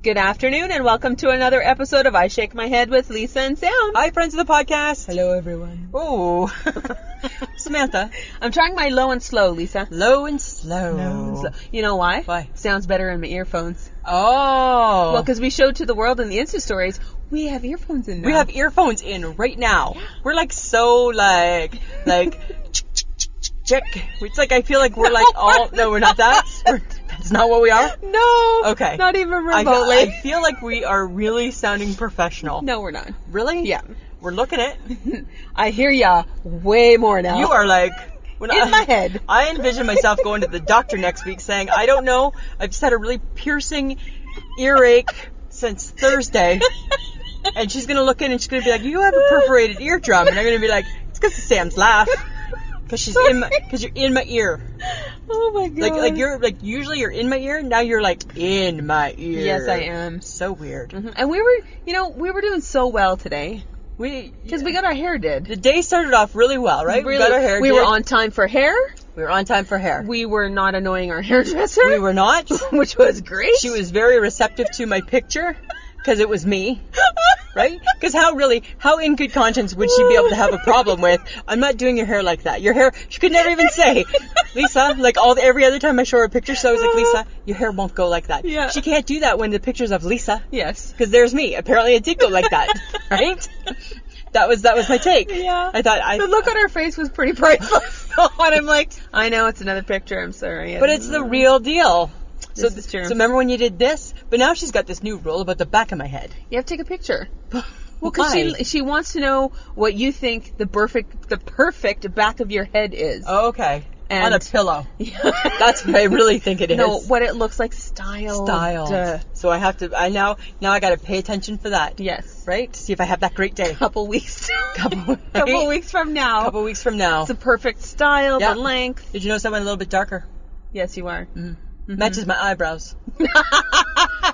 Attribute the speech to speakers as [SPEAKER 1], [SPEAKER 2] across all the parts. [SPEAKER 1] Good afternoon and welcome to another episode of I Shake My Head with Lisa and Sam.
[SPEAKER 2] Hi, friends of the podcast.
[SPEAKER 1] Hello everyone.
[SPEAKER 2] Oh, Samantha.
[SPEAKER 1] I'm trying my low and slow, Lisa.
[SPEAKER 2] Low and slow.
[SPEAKER 1] Low and slow. You know why?
[SPEAKER 2] Why?
[SPEAKER 1] Sounds better in my earphones.
[SPEAKER 2] Oh.
[SPEAKER 1] Well, because we showed to the world in the Insta stories, we have earphones in now.
[SPEAKER 2] we have earphones in right now. We're like so like like check. It's like I feel like we're like all no, we're not that. We're, that's not what we are.
[SPEAKER 1] No.
[SPEAKER 2] Okay.
[SPEAKER 1] Not even
[SPEAKER 2] I feel,
[SPEAKER 1] remotely.
[SPEAKER 2] I feel like we are really sounding professional.
[SPEAKER 1] no, we're not.
[SPEAKER 2] Really?
[SPEAKER 1] Yeah.
[SPEAKER 2] We're looking at.
[SPEAKER 1] I hear ya way more now.
[SPEAKER 2] You are like. When
[SPEAKER 1] In my head.
[SPEAKER 2] I envision myself going to the doctor next week saying, I don't know, I've just had a really piercing earache since Thursday. And she's going to look in and she's going to be like, You have a perforated eardrum. And I'm going to be like, It's because of Sam's laugh. Because she's in my, because you're in my ear.
[SPEAKER 1] Oh my god.
[SPEAKER 2] Like, like you're, like, usually you're in my ear. Now you're like, in my ear.
[SPEAKER 1] Yes, I am. Mm-hmm.
[SPEAKER 2] So weird.
[SPEAKER 1] And we were, you know, we were doing so well today
[SPEAKER 2] We,
[SPEAKER 1] because we got our hair did.
[SPEAKER 2] the day started off really well, right? we got our hair
[SPEAKER 1] we
[SPEAKER 2] did.
[SPEAKER 1] were on time for hair.
[SPEAKER 2] we were on time for hair.
[SPEAKER 1] We were not annoying our hairdresser.
[SPEAKER 2] we were not.
[SPEAKER 1] which was great.
[SPEAKER 2] She was very receptive to my picture because it was me, right? Because how really, how in good conscience would she be able to have a problem with? I'm not doing your hair like that. Your hair, she could never even say, Lisa. Like all the, every other time I show her a picture, so I was like, Lisa, your hair won't go like that.
[SPEAKER 1] Yeah.
[SPEAKER 2] She can't do that when the picture's of Lisa.
[SPEAKER 1] Yes.
[SPEAKER 2] Because there's me. Apparently, it did go like that, right? That was that was my take.
[SPEAKER 1] Yeah.
[SPEAKER 2] I thought I.
[SPEAKER 1] The look on her face was pretty priceless. and I'm like, I know it's another picture. I'm sorry.
[SPEAKER 2] But it's the real deal.
[SPEAKER 1] Mm. This
[SPEAKER 2] so,
[SPEAKER 1] is true.
[SPEAKER 2] so remember when you did this? But now she's got this new rule about the back of my head.
[SPEAKER 1] you have to take a picture. Well, because
[SPEAKER 2] Why?
[SPEAKER 1] she she wants to know what you think the perfect the perfect back of your head is.
[SPEAKER 2] Okay.
[SPEAKER 1] And-
[SPEAKER 2] On a pillow. That's what I really think it is.
[SPEAKER 1] no, what it looks like styled.
[SPEAKER 2] style.
[SPEAKER 1] Uh,
[SPEAKER 2] So I have to. I now now I got to pay attention for that.
[SPEAKER 1] yes.
[SPEAKER 2] Right. To see if I have that great day.
[SPEAKER 1] Couple weeks.
[SPEAKER 2] Couple-
[SPEAKER 1] couple weeks from now.
[SPEAKER 2] couple weeks from now.
[SPEAKER 1] It's the perfect style,
[SPEAKER 2] Yeah.
[SPEAKER 1] the length.
[SPEAKER 2] Did you notice I went a little bit darker?
[SPEAKER 1] Yes, you are.
[SPEAKER 2] Matches my eyebrows.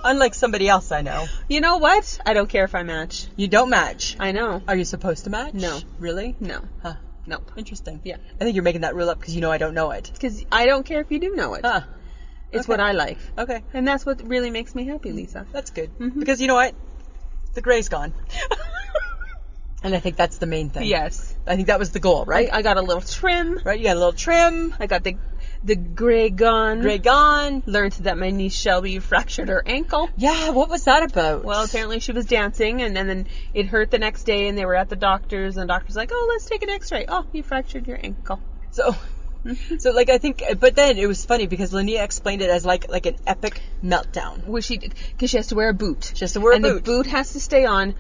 [SPEAKER 2] Unlike somebody else I know,
[SPEAKER 1] You know what? I don't care if I match.
[SPEAKER 2] you don't match.
[SPEAKER 1] I know.
[SPEAKER 2] Are you supposed to match?
[SPEAKER 1] No.
[SPEAKER 2] Really?
[SPEAKER 1] No.
[SPEAKER 2] Huh.
[SPEAKER 1] No.
[SPEAKER 2] Interesting.
[SPEAKER 1] Yeah.
[SPEAKER 2] I think you're making that rule up because you know I don't know it.
[SPEAKER 1] Because I don't care if you do know it.
[SPEAKER 2] Huh.
[SPEAKER 1] it's
[SPEAKER 2] okay.
[SPEAKER 1] what I like.
[SPEAKER 2] Okay.
[SPEAKER 1] And that's what really makes me happy, Lisa.
[SPEAKER 2] That's good.
[SPEAKER 1] Mm-hmm.
[SPEAKER 2] Because you know what? The gray's gone. and I think that's the main thing.
[SPEAKER 1] Yes.
[SPEAKER 2] I think that was the goal, right?
[SPEAKER 1] I, I got a little trim.
[SPEAKER 2] right? You got a little trim,
[SPEAKER 1] I got the the gray gun.
[SPEAKER 2] gray gone.
[SPEAKER 1] Learned that my niece Shelby fractured her ankle.
[SPEAKER 2] Yeah, what was that about?
[SPEAKER 1] Well, apparently she was dancing, and, and then it hurt the next day, and they were at the doctor's, and the doctor's like, "Oh, let's take an X-ray. Oh, you fractured your ankle."
[SPEAKER 2] so,
[SPEAKER 1] Mm-hmm.
[SPEAKER 2] so like I think, but then it was funny because Linnea explained it as like like an epic meltdown.
[SPEAKER 1] Well, she because she has to wear a boot.
[SPEAKER 2] She has to wear a
[SPEAKER 1] and
[SPEAKER 2] boot.
[SPEAKER 1] the boot has to stay on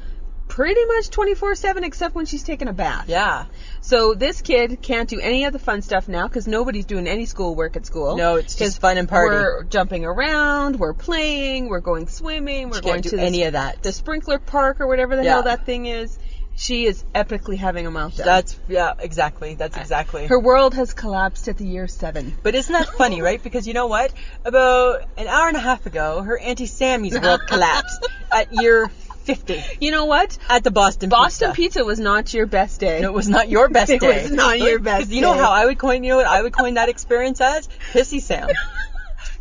[SPEAKER 1] pretty much 24/7 except when she's taking a bath.
[SPEAKER 2] Yeah,
[SPEAKER 1] So this kid can't do any of the fun stuff now because nobody's doing any schoolwork at school.
[SPEAKER 2] No, it's just
[SPEAKER 1] 'Cause
[SPEAKER 2] fun and party.
[SPEAKER 1] We're jumping around, we're playing, we're going swimming, we're
[SPEAKER 2] She
[SPEAKER 1] going
[SPEAKER 2] can't do
[SPEAKER 1] to the-
[SPEAKER 2] any of that.
[SPEAKER 1] the sprinkler park or whatever the
[SPEAKER 2] Yeah.
[SPEAKER 1] hell that thing is. She is epically having a meltdown.
[SPEAKER 2] that's yeah, exactly. That's exactly.
[SPEAKER 1] her world has collapsed at the year seven.
[SPEAKER 2] but isn't that funny, right? Because you know what? About an hour and a half ago, her auntie Sammy's world collapsed at year fifty
[SPEAKER 1] You know what?
[SPEAKER 2] at the Boston
[SPEAKER 1] Boston
[SPEAKER 2] Pizza.
[SPEAKER 1] pizza was not your best day.
[SPEAKER 2] No, It was not your best
[SPEAKER 1] It
[SPEAKER 2] day.
[SPEAKER 1] was not your
[SPEAKER 2] 'Cause
[SPEAKER 1] best
[SPEAKER 2] You know
[SPEAKER 1] day.
[SPEAKER 2] how I would coin? You know what I would coin that experience as? Pissy Sam.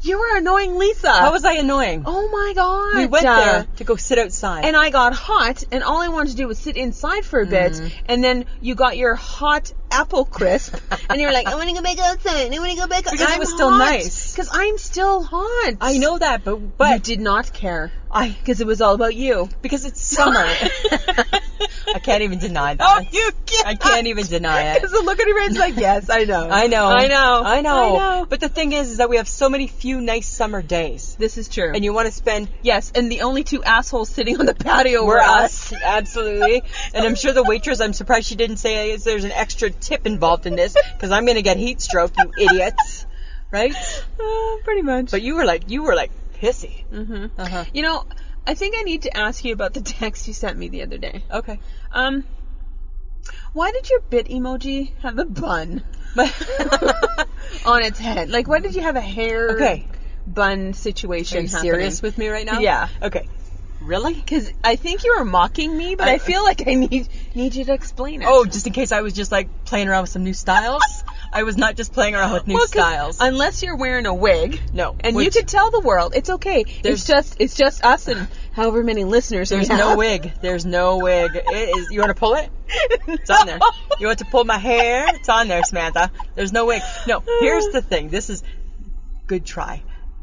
[SPEAKER 1] You were annoying Lisa.
[SPEAKER 2] How was I annoying?
[SPEAKER 1] Oh my god.
[SPEAKER 2] we went
[SPEAKER 1] Uh,
[SPEAKER 2] there to go sit outside.
[SPEAKER 1] and I got hot, and all I wanted to do was sit inside for a bit, and then you got your hot apple crisp, and you were like, I want to go back outside, I want to go back outside.
[SPEAKER 2] Because it was still nice.
[SPEAKER 1] Because I'm still hot.
[SPEAKER 2] I know that, but
[SPEAKER 1] But you
[SPEAKER 2] but
[SPEAKER 1] did not care.
[SPEAKER 2] I
[SPEAKER 1] Because it was all about you.
[SPEAKER 2] because it's summer. I can't even deny that.
[SPEAKER 1] Oh, you can't.
[SPEAKER 2] I can't even deny it.
[SPEAKER 1] Because the look on your face is like, yes, I know.
[SPEAKER 2] I know.
[SPEAKER 1] I know.
[SPEAKER 2] I know.
[SPEAKER 1] I know.
[SPEAKER 2] But the thing is, is that we have so many few nice summer days,
[SPEAKER 1] This is true.
[SPEAKER 2] and you want to spend
[SPEAKER 1] yes, and the only two assholes sitting on the patio
[SPEAKER 2] We're us, absolutely. And I'm sure the waitress, I'm surprised she didn't say "Is there's an extra tip involved in this because I'm going to get heat stroke, you idiots. Right?
[SPEAKER 1] Uh, pretty much.
[SPEAKER 2] But you were like, you were like pissy. Mm-hmm. Uh-huh.
[SPEAKER 1] you know, I think I need to ask you about the text you sent me the other day.
[SPEAKER 2] Okay.
[SPEAKER 1] Um, why did your bit emoji have a bun on its head? Like, why did you have a hair
[SPEAKER 2] Okay.
[SPEAKER 1] bun situation?
[SPEAKER 2] Are you serious with me right now?
[SPEAKER 1] Yeah.
[SPEAKER 2] Okay. Really?
[SPEAKER 1] Because I think you were mocking me, but I,
[SPEAKER 2] I-
[SPEAKER 1] feel like I need need you to explain it.
[SPEAKER 2] Oh, just in case I was just like playing around with some new styles. I was not just playing around with new
[SPEAKER 1] Well, 'cause
[SPEAKER 2] styles.
[SPEAKER 1] Unless you're wearing a wig.
[SPEAKER 2] No.
[SPEAKER 1] And you
[SPEAKER 2] Which-
[SPEAKER 1] could tell the world it's okay. It's
[SPEAKER 2] There's-
[SPEAKER 1] just it's just us and however many listeners. we
[SPEAKER 2] There's no
[SPEAKER 1] have.
[SPEAKER 2] wig. There's no wig. It is. You want to pull it? It's on there. You want to pull my hair? It's on there, Samantha. There's no wig. No. Here's the thing. This is good try.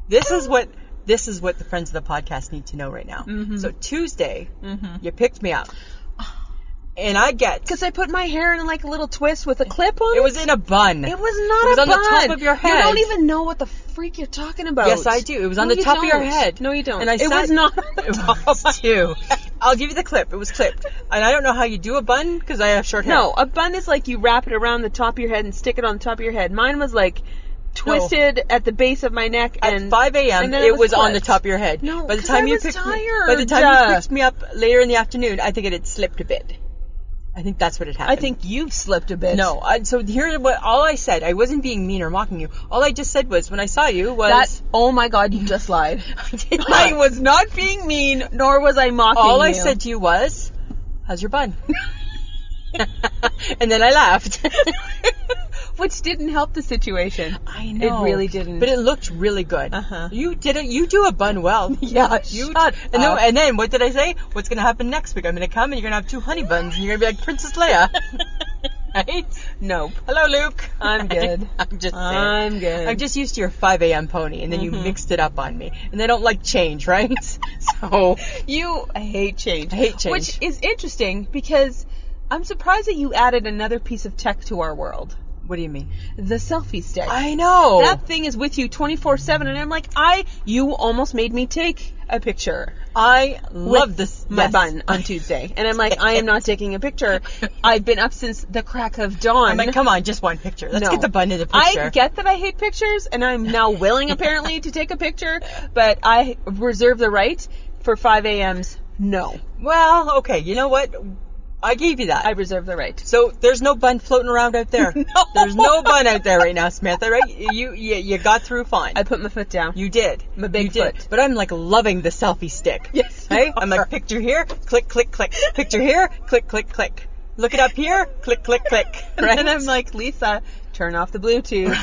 [SPEAKER 2] This is what this is what the friends of the podcast need to know right now.
[SPEAKER 1] Mm-hmm.
[SPEAKER 2] So Tuesday, you picked me up, and I get
[SPEAKER 1] Because Mm-hmm. I put my hair in like a little twist with a clip on.
[SPEAKER 2] it was in a bun.
[SPEAKER 1] It was not
[SPEAKER 2] It was
[SPEAKER 1] a
[SPEAKER 2] on the
[SPEAKER 1] bun.
[SPEAKER 2] top of your
[SPEAKER 1] You
[SPEAKER 2] head.
[SPEAKER 1] don't even know what the freak you're talking about.
[SPEAKER 2] Yes, I do. It was on
[SPEAKER 1] No,
[SPEAKER 2] the
[SPEAKER 1] you
[SPEAKER 2] top of your
[SPEAKER 1] don't.
[SPEAKER 2] head.
[SPEAKER 1] No, you don't.
[SPEAKER 2] And I
[SPEAKER 1] it
[SPEAKER 2] sat-
[SPEAKER 1] was not.
[SPEAKER 2] It was too. I'll give you the clip. It was clipped, and I don't know how you do a bun because I have short hair.
[SPEAKER 1] No, a bun is like you wrap it around the top of your head and stick it on the top of your head. Mine was like twisted at the the base of my neck
[SPEAKER 2] at
[SPEAKER 1] and
[SPEAKER 2] 5 a.m.
[SPEAKER 1] and then
[SPEAKER 2] It was on the
[SPEAKER 1] clipped.
[SPEAKER 2] top of your head.
[SPEAKER 1] No,
[SPEAKER 2] by the
[SPEAKER 1] 'cause
[SPEAKER 2] time
[SPEAKER 1] I
[SPEAKER 2] you
[SPEAKER 1] was
[SPEAKER 2] picked me,
[SPEAKER 1] tired.
[SPEAKER 2] by the time
[SPEAKER 1] Uh,
[SPEAKER 2] you picked me up later in the afternoon, I think it had slipped a bit. I think that's what had
[SPEAKER 1] I
[SPEAKER 2] happened.
[SPEAKER 1] think you've slipped a bit.
[SPEAKER 2] no. I, so here, what all I said, I wasn't being mean or mocking you. All I just said was, when I saw you,
[SPEAKER 1] That
[SPEAKER 2] was
[SPEAKER 1] oh my god, you just lied.
[SPEAKER 2] did
[SPEAKER 1] I
[SPEAKER 2] not.
[SPEAKER 1] was not being mean, nor was I mocking
[SPEAKER 2] all I
[SPEAKER 1] you.
[SPEAKER 2] said to you was, "How's your bun?" and then I laughed.
[SPEAKER 1] which didn't help the situation.
[SPEAKER 2] I
[SPEAKER 1] know.
[SPEAKER 2] It really didn't. But it looked really good. Uh-huh. You did it. You do a bun well.
[SPEAKER 1] Yeah,
[SPEAKER 2] You
[SPEAKER 1] shut
[SPEAKER 2] and, no,
[SPEAKER 1] up.
[SPEAKER 2] and then what did I say? What's gonna happen next week? I'm gonna come and you're gonna have two honey buns and you're gonna be like Princess Leia. right?
[SPEAKER 1] Nope.
[SPEAKER 2] Hello, Luke.
[SPEAKER 1] I'm good.
[SPEAKER 2] I'm just. saying.
[SPEAKER 1] I'm good. Mm-hmm.
[SPEAKER 2] I'm just used to your 5 a.m. pony, and then you mixed it up on me, and they don't like change, right? so
[SPEAKER 1] You hate change.
[SPEAKER 2] I hate change.
[SPEAKER 1] Which is interesting because I'm surprised that you added another piece of tech to our world.
[SPEAKER 2] what do you mean?
[SPEAKER 1] The selfie stick.
[SPEAKER 2] I know.
[SPEAKER 1] that thing is with you 24/7 and I'm like, "I you almost made me take a picture
[SPEAKER 2] I
[SPEAKER 1] with
[SPEAKER 2] love this.
[SPEAKER 1] my
[SPEAKER 2] yes.
[SPEAKER 1] bun on Tuesday." And I'm like, "I am not taking a picture. I've been up since the crack of dawn."
[SPEAKER 2] I'm like, come on, just one picture. Let's
[SPEAKER 1] No.
[SPEAKER 2] get the bun in the picture.
[SPEAKER 1] I get that I hate pictures, and I'm now willing apparently to take a picture, but I reserve the right for 5 a.m.'s. No,
[SPEAKER 2] Well, okay. You know what? I gave you that.
[SPEAKER 1] I reserve the right.
[SPEAKER 2] So there's no bun floating around out there.
[SPEAKER 1] No.
[SPEAKER 2] There's no bun out there right now, Samantha. Right? You you, you got through fine.
[SPEAKER 1] I put my foot down.
[SPEAKER 2] you did.
[SPEAKER 1] My big
[SPEAKER 2] you did.
[SPEAKER 1] foot.
[SPEAKER 2] But I'm like loving the selfie stick.
[SPEAKER 1] Yes, you
[SPEAKER 2] Right? I'm
[SPEAKER 1] are.
[SPEAKER 2] like picture here, click click click. Picture here, click click click. Look it up here, click click click.
[SPEAKER 1] and
[SPEAKER 2] Right?
[SPEAKER 1] then I'm like, Lisa, turn off the Bluetooth.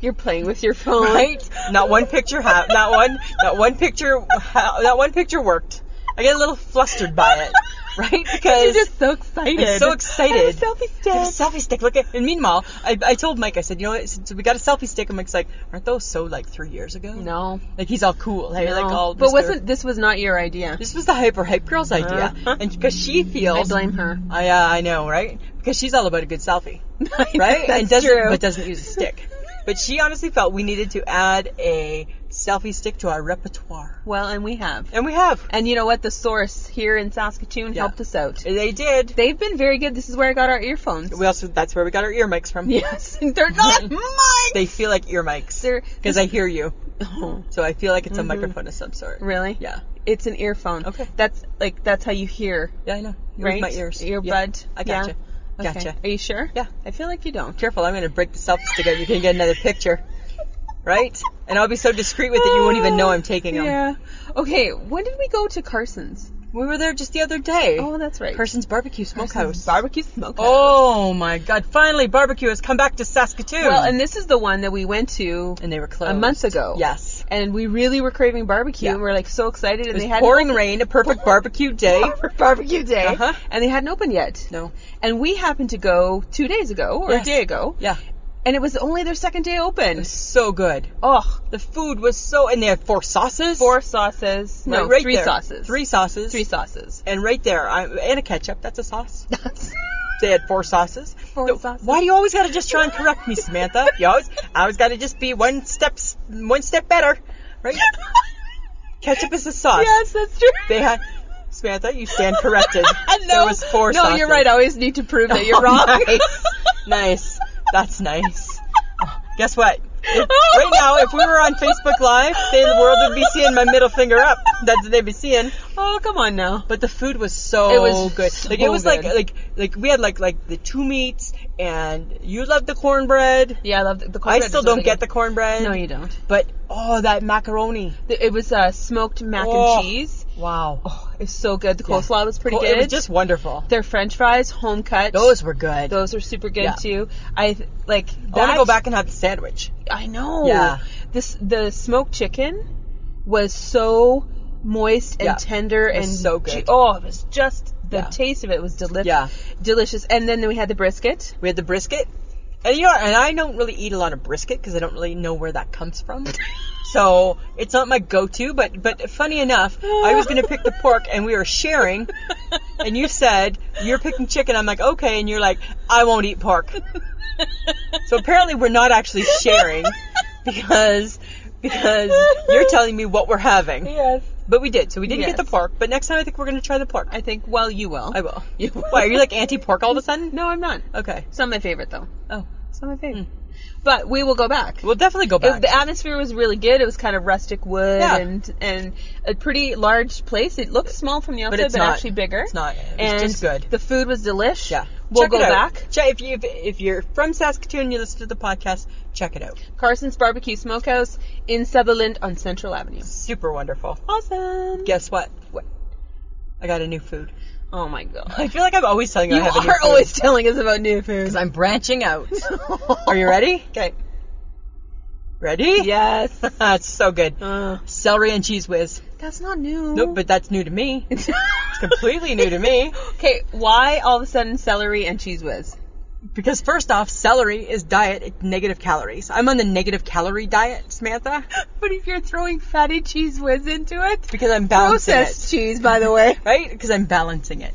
[SPEAKER 1] You're playing with your phone.
[SPEAKER 2] right? Not one picture ha- not one not one picture ha- not one picture worked. I get a little flustered by it. Right?
[SPEAKER 1] You're
[SPEAKER 2] Because
[SPEAKER 1] just so excited.
[SPEAKER 2] I'm so excited.
[SPEAKER 1] I have a selfie stick.
[SPEAKER 2] I have a selfie stick. Look at. And meanwhile, I, I told Mike. I said, you know what? Since we got a selfie stick, and Mike's like, aren't those so like three years ago?
[SPEAKER 1] No.
[SPEAKER 2] Like he's all cool. Hey, like
[SPEAKER 1] No.
[SPEAKER 2] all.
[SPEAKER 1] but
[SPEAKER 2] Mr.
[SPEAKER 1] wasn't this was not your idea?
[SPEAKER 2] this was the hyper hype girl's idea?
[SPEAKER 1] Uh-huh.
[SPEAKER 2] And because she feels.
[SPEAKER 1] I blame her.
[SPEAKER 2] I uh, I know right because she's all about a good selfie, right?
[SPEAKER 1] That's
[SPEAKER 2] and doesn't
[SPEAKER 1] true.
[SPEAKER 2] but doesn't use a stick. But she honestly felt we needed to add a selfie stick to our repertoire,
[SPEAKER 1] Well, and we have.
[SPEAKER 2] and we have.
[SPEAKER 1] And you know what? The source here in Saskatoon
[SPEAKER 2] Yeah.
[SPEAKER 1] helped us out.
[SPEAKER 2] They did.
[SPEAKER 1] They've been very good. This is where I got our earphones.
[SPEAKER 2] we also that's where we got our ear mics from.
[SPEAKER 1] Yes, they're not mine.
[SPEAKER 2] They feel like ear mics.
[SPEAKER 1] They're- Mm-hmm.
[SPEAKER 2] Because I hear you. So I feel like it's a microphone of some sort.
[SPEAKER 1] really?
[SPEAKER 2] Yeah.
[SPEAKER 1] It's an earphone.
[SPEAKER 2] Okay.
[SPEAKER 1] That's like that's how you hear.
[SPEAKER 2] Yeah, I know. You
[SPEAKER 1] Right?
[SPEAKER 2] read my ears.
[SPEAKER 1] Earbud.
[SPEAKER 2] Yeah. I gotcha.
[SPEAKER 1] Okay.
[SPEAKER 2] Gotcha.
[SPEAKER 1] Are you sure?
[SPEAKER 2] Yeah.
[SPEAKER 1] I feel like you don't.
[SPEAKER 2] Careful, I'm going to break the selfie stick out. You can get another picture. Right? And I'll be so discreet with it, you won't even know I'm taking them.
[SPEAKER 1] Oh, Yeah. Okay. When did we go to Carson's?
[SPEAKER 2] We were there just the other day.
[SPEAKER 1] Oh, that's right.
[SPEAKER 2] Carson's Barbecue Smokehouse.
[SPEAKER 1] Barbecue smokehouse.
[SPEAKER 2] oh my god. Finally, barbecue has come back to Saskatoon.
[SPEAKER 1] Well, and this is the one that we went to
[SPEAKER 2] And they were closed.
[SPEAKER 1] a month ago.
[SPEAKER 2] Yes.
[SPEAKER 1] and we really were craving barbecue, and we are like so excited. And
[SPEAKER 2] It was
[SPEAKER 1] they had
[SPEAKER 2] pouring rain, a perfect barbecue day.
[SPEAKER 1] for barbecue day,
[SPEAKER 2] Uh-huh.
[SPEAKER 1] and they hadn't opened yet.
[SPEAKER 2] No.
[SPEAKER 1] And we happened to go two days ago or
[SPEAKER 2] Yes.
[SPEAKER 1] a day ago.
[SPEAKER 2] Yeah.
[SPEAKER 1] And it was only their second day open.
[SPEAKER 2] So good.
[SPEAKER 1] Oh,
[SPEAKER 2] The food was so, and they had four sauces.
[SPEAKER 1] four sauces. No,
[SPEAKER 2] Right- right
[SPEAKER 1] three
[SPEAKER 2] there.
[SPEAKER 1] sauces.
[SPEAKER 2] Three sauces.
[SPEAKER 1] Three sauces.
[SPEAKER 2] And right there, I, and a ketchup. That's a sauce. They had four sauces.
[SPEAKER 1] Four
[SPEAKER 2] No,
[SPEAKER 1] sauces.
[SPEAKER 2] Why do you always gotta just try and correct me, Samantha? You always, I always gotta just be one step, s- one step better, right? Ketchup is a sauce.
[SPEAKER 1] yes, that's true.
[SPEAKER 2] They had, Samantha, you stand corrected.
[SPEAKER 1] no,
[SPEAKER 2] There was four
[SPEAKER 1] No,
[SPEAKER 2] sauces.
[SPEAKER 1] you're right. I always need to prove that you're
[SPEAKER 2] Oh,
[SPEAKER 1] wrong.
[SPEAKER 2] Nice. nice. That's nice. Oh, Guess what? If- right now, if we were on Facebook Live, then the world would be seeing my middle finger up. That's what they'd be seeing.
[SPEAKER 1] Oh, come on now.
[SPEAKER 2] But the food was so
[SPEAKER 1] It was
[SPEAKER 2] good.
[SPEAKER 1] so
[SPEAKER 2] like it was like
[SPEAKER 1] good.
[SPEAKER 2] like like we had like like the two meats and you love the cornbread.
[SPEAKER 1] Yeah, I love the, the
[SPEAKER 2] I
[SPEAKER 1] cornbread
[SPEAKER 2] still
[SPEAKER 1] was
[SPEAKER 2] don't
[SPEAKER 1] really
[SPEAKER 2] get the
[SPEAKER 1] good.
[SPEAKER 2] cornbread.
[SPEAKER 1] No, you don't.
[SPEAKER 2] But oh, that macaroni.
[SPEAKER 1] The- It was uh, smoked mac
[SPEAKER 2] Oh.
[SPEAKER 1] and cheese.
[SPEAKER 2] Wow.
[SPEAKER 1] Oh, It was so good. The coleslaw was pretty
[SPEAKER 2] It
[SPEAKER 1] good.
[SPEAKER 2] was just wonderful.
[SPEAKER 1] Their French fries, home cut.
[SPEAKER 2] Those were good.
[SPEAKER 1] those are super good
[SPEAKER 2] Yeah.
[SPEAKER 1] too. I th- like.
[SPEAKER 2] I want
[SPEAKER 1] that-
[SPEAKER 2] to go back and have the sandwich.
[SPEAKER 1] I know.
[SPEAKER 2] Yeah.
[SPEAKER 1] This the smoked chicken was so moist and
[SPEAKER 2] Yeah.
[SPEAKER 1] tender
[SPEAKER 2] It
[SPEAKER 1] and
[SPEAKER 2] was so good.
[SPEAKER 1] ju- oh, it was just the
[SPEAKER 2] Yeah.
[SPEAKER 1] taste of it was delicious.
[SPEAKER 2] Yeah.
[SPEAKER 1] Delicious. And then we had the brisket.
[SPEAKER 2] We had the brisket. And you know, and I don't really eat a lot of brisket because I don't really know where that comes from. so it's not my go-to. But but funny enough, I was gonna pick the pork, and we were sharing. And you said you're picking chicken. I'm like okay, and you're like I won't eat pork. so apparently we're not actually sharing because because you're telling me what we're having.
[SPEAKER 1] Yes.
[SPEAKER 2] But we did. So we didn't
[SPEAKER 1] Yes.
[SPEAKER 2] get the pork. But next time I think we're gonna try the pork.
[SPEAKER 1] I think. Well, you will.
[SPEAKER 2] I will.
[SPEAKER 1] You will.
[SPEAKER 2] Why are you like anti-pork all of a sudden?
[SPEAKER 1] No, I'm not.
[SPEAKER 2] Okay.
[SPEAKER 1] It's not my favorite though.
[SPEAKER 2] Oh,
[SPEAKER 1] It's not my favorite. But we will go back.
[SPEAKER 2] we'll definitely go back.
[SPEAKER 1] It, the atmosphere was really good. It was kind of rustic wood
[SPEAKER 2] Yeah.
[SPEAKER 1] and and a pretty large place. It looks small from the outside, but,
[SPEAKER 2] it's not.
[SPEAKER 1] actually bigger.
[SPEAKER 2] It's not. It's
[SPEAKER 1] and
[SPEAKER 2] just good.
[SPEAKER 1] The food was delish.
[SPEAKER 2] Yeah.
[SPEAKER 1] We'll
[SPEAKER 2] Check
[SPEAKER 1] go
[SPEAKER 2] it out.
[SPEAKER 1] back.
[SPEAKER 2] Che- if you if you're from Saskatoon and you listen to the podcast, check it out.
[SPEAKER 1] Carson's Barbecue Smokehouse in Sutherland on Central Avenue.
[SPEAKER 2] Super wonderful.
[SPEAKER 1] Awesome.
[SPEAKER 2] Guess what? What? I got a new food.
[SPEAKER 1] Oh my god.
[SPEAKER 2] I feel like I'm always telling you,
[SPEAKER 1] You
[SPEAKER 2] I have a new
[SPEAKER 1] are
[SPEAKER 2] food.
[SPEAKER 1] always telling us about new food.
[SPEAKER 2] I'm branching out. are you ready?
[SPEAKER 1] Okay.
[SPEAKER 2] Ready?
[SPEAKER 1] Yes.
[SPEAKER 2] That's so good.
[SPEAKER 1] Uh,
[SPEAKER 2] Celery and cheese whiz.
[SPEAKER 1] that's not new.
[SPEAKER 2] Nope, but that's new to me. It's completely new to me.
[SPEAKER 1] okay, why all of a sudden celery and cheese whiz?
[SPEAKER 2] Because first off, celery is diet it's negative calories. I'm on the negative calorie diet, Samantha,
[SPEAKER 1] But if you're throwing fatty cheese whiz into it,
[SPEAKER 2] because I'm balancing it.
[SPEAKER 1] processed cheese, by the way.
[SPEAKER 2] right? Because I'm balancing it.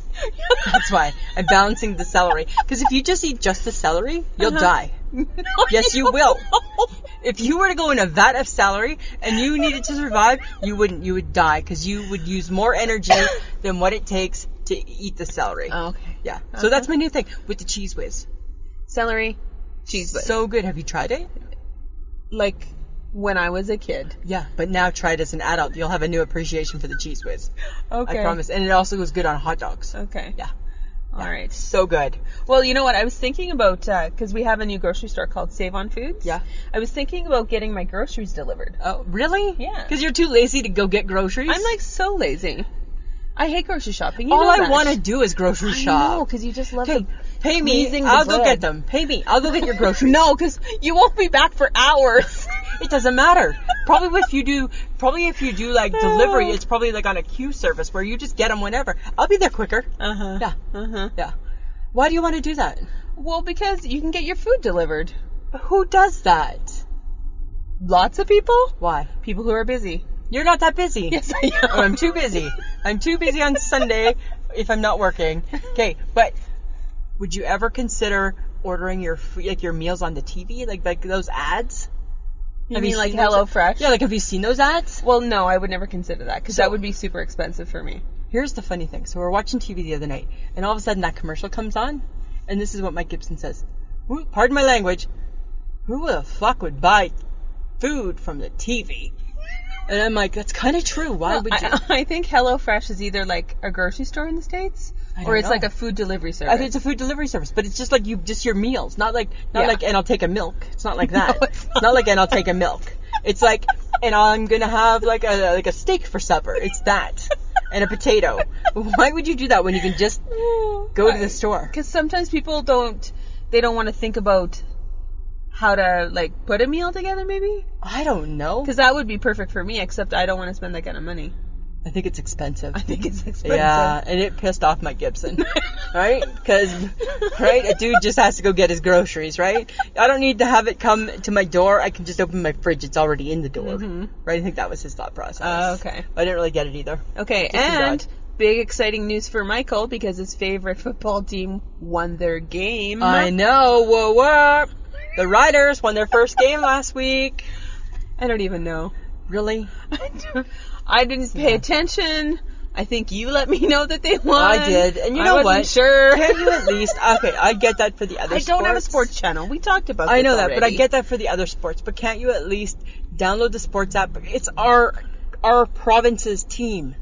[SPEAKER 2] That's why I'm balancing the celery. Because if you just eat just the celery, you'll
[SPEAKER 1] Uh-huh.
[SPEAKER 2] die. Yes, you will. If you were to go in a vat of celery and you needed to survive, you wouldn't. You would die because you would use more energy than what it takes to eat the celery.
[SPEAKER 1] Oh, okay.
[SPEAKER 2] Yeah. So that's my new thing with the cheese whiz.
[SPEAKER 1] Celery, cheese whiz.
[SPEAKER 2] So good. Have you tried it?
[SPEAKER 1] like when I was a kid.
[SPEAKER 2] Yeah. But now try it as an adult. You'll have a new appreciation for the cheese whiz.
[SPEAKER 1] Okay.
[SPEAKER 2] I promise. And it also goes good on hot dogs.
[SPEAKER 1] Okay.
[SPEAKER 2] Yeah.
[SPEAKER 1] All right.
[SPEAKER 2] So good.
[SPEAKER 1] Well, you know what? I was thinking about because we have a new grocery store called Save on Foods.
[SPEAKER 2] Yeah.
[SPEAKER 1] I was thinking about getting my groceries delivered.
[SPEAKER 2] Oh, really?
[SPEAKER 1] Yeah.
[SPEAKER 2] Because you're too lazy to go get groceries.
[SPEAKER 1] I'm like so lazy. I hate grocery shopping. You
[SPEAKER 2] all
[SPEAKER 1] know
[SPEAKER 2] I
[SPEAKER 1] that.
[SPEAKER 2] want to do is grocery shop.
[SPEAKER 1] No, because you just love
[SPEAKER 2] Okay,
[SPEAKER 1] the-
[SPEAKER 2] pay me.
[SPEAKER 1] squeezing the
[SPEAKER 2] I'll go
[SPEAKER 1] bread.
[SPEAKER 2] get them. Pay me. I'll go get your groceries.
[SPEAKER 1] No, because you won't be back for hours.
[SPEAKER 2] it doesn't matter. Probably if you do, probably if you do like delivery, it's probably like on a queue service where you just get them whenever. I'll be there quicker.
[SPEAKER 1] uh huh.
[SPEAKER 2] Yeah,
[SPEAKER 1] Uh huh.
[SPEAKER 2] yeah. Why do you want to do that?
[SPEAKER 1] Well, because you can get your food delivered.
[SPEAKER 2] Who does that?
[SPEAKER 1] Lots of people.
[SPEAKER 2] Why?
[SPEAKER 1] People who are busy.
[SPEAKER 2] You're not that busy.
[SPEAKER 1] Yes, I am.
[SPEAKER 2] Oh, I'm too busy. I'm too busy on Sunday if I'm not working. Okay, but would you ever consider ordering your f- like your meals on the TV, like like those ads?
[SPEAKER 1] You
[SPEAKER 2] Have
[SPEAKER 1] mean like
[SPEAKER 2] seen those-
[SPEAKER 1] HelloFresh?
[SPEAKER 2] Yeah, like have you seen those ads?
[SPEAKER 1] Well, no, I would never consider that because that would be super expensive for me.
[SPEAKER 2] Here's the funny thing. So we're watching TV the other night, and all of a sudden that commercial comes on, and this is what Mike Gibson says. Who, pardon my language. Who the fuck would buy food from the TV? And I'm like, that's kind of true. Why would you?
[SPEAKER 1] I, I think HelloFresh is either like a grocery store in the states,
[SPEAKER 2] I
[SPEAKER 1] or
[SPEAKER 2] don't
[SPEAKER 1] it's
[SPEAKER 2] know.
[SPEAKER 1] like a food delivery service.
[SPEAKER 2] I think it's a food delivery service, but it's just like you just your meals, not like not
[SPEAKER 1] Yeah.
[SPEAKER 2] like and I'll take a milk. It's not like that.
[SPEAKER 1] it's not.
[SPEAKER 2] like and I'll take a milk. It's like and I'm gonna have like a like a steak for supper. It's that and a potato. Why would you do that when you can just go to the store?
[SPEAKER 1] because sometimes people don't they don't want to think about how to like put a meal together, maybe?
[SPEAKER 2] I don't know.
[SPEAKER 1] Because that would be perfect for me. Except I don't want to spend that kind of money.
[SPEAKER 2] I think it's expensive.
[SPEAKER 1] I think it's expensive.
[SPEAKER 2] Yeah, and it pissed off Mike Gibson, right? Because, right, a dude just has to go get his groceries, right? I don't need to have it come to my door. I can just open my fridge; it's already in the door, right? I think that was his thought process.
[SPEAKER 1] Mm-hmm. Oh, okay.
[SPEAKER 2] I didn't really get it either.
[SPEAKER 1] Okay,
[SPEAKER 2] Just do
[SPEAKER 1] and
[SPEAKER 2] that.
[SPEAKER 1] big exciting news for Michael because his favorite football team won their game.
[SPEAKER 2] I know. Whoa, whoa! The Riders won their first game last week.
[SPEAKER 1] I don't even know.
[SPEAKER 2] Really?
[SPEAKER 1] I didn't pay attention. I think you let me know that they won.
[SPEAKER 2] I did, and you
[SPEAKER 1] I
[SPEAKER 2] know
[SPEAKER 1] wasn't
[SPEAKER 2] what?
[SPEAKER 1] Sure.
[SPEAKER 2] Can you at least? Okay, I get that for the other.
[SPEAKER 1] I don't have a
[SPEAKER 2] sports.
[SPEAKER 1] sports channel. We talked about. this
[SPEAKER 2] I know that, but I
[SPEAKER 1] already.
[SPEAKER 2] get that for the other sports. But can't you at least download the sports app? It's our our province's team.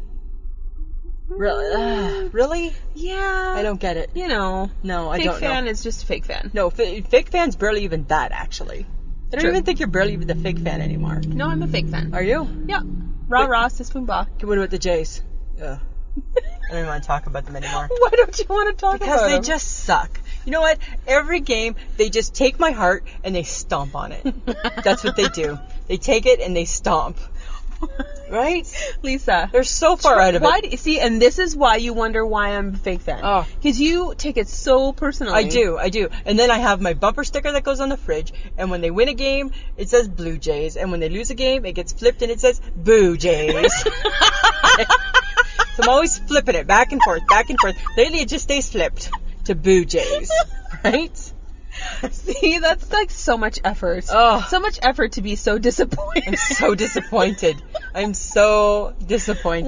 [SPEAKER 2] Really? Ugh, really?
[SPEAKER 1] Yeah.
[SPEAKER 2] I don't get it.
[SPEAKER 1] You know.
[SPEAKER 2] No, I
[SPEAKER 1] Mm. Fake
[SPEAKER 2] don't
[SPEAKER 1] fan
[SPEAKER 2] know.
[SPEAKER 1] is just a fake fan.
[SPEAKER 2] No, fa- fake fans barely even that actually. I don't
[SPEAKER 1] True.
[SPEAKER 2] even think you're barely even the fake fan anymore.
[SPEAKER 1] No, I'm a fake fan.
[SPEAKER 2] Are you?
[SPEAKER 1] yeah. Rah rah, sis boom bah.
[SPEAKER 2] Okay, What about the Jays? Ugh. I don't even want to talk about them anymore.
[SPEAKER 1] Why don't you want to talk
[SPEAKER 2] Because
[SPEAKER 1] about
[SPEAKER 2] they
[SPEAKER 1] them?
[SPEAKER 2] just suck. You know what? Every game, they just take my heart and they stomp on it. That's what they do. They take it and they stomp. Right?
[SPEAKER 1] Lisa.
[SPEAKER 2] They're so far out of
[SPEAKER 1] why
[SPEAKER 2] it.
[SPEAKER 1] do, see, and this is why you wonder why I'm a fake fan.
[SPEAKER 2] Oh.
[SPEAKER 1] Because you take it so personally.
[SPEAKER 2] I do, I do. And then I have my bumper sticker that goes on the fridge. And when they win a game, it says Blue Jays. And when they lose a game, it gets flipped and it says Boo Jays. so I'm always flipping it back and forth, back and forth. Lately, it just stays flipped to Boo Jays. Right?
[SPEAKER 1] See, that's like so much effort.
[SPEAKER 2] Oh.
[SPEAKER 1] So much effort to be so disappointed.
[SPEAKER 2] I'm so disappointed. I'm so disappointed.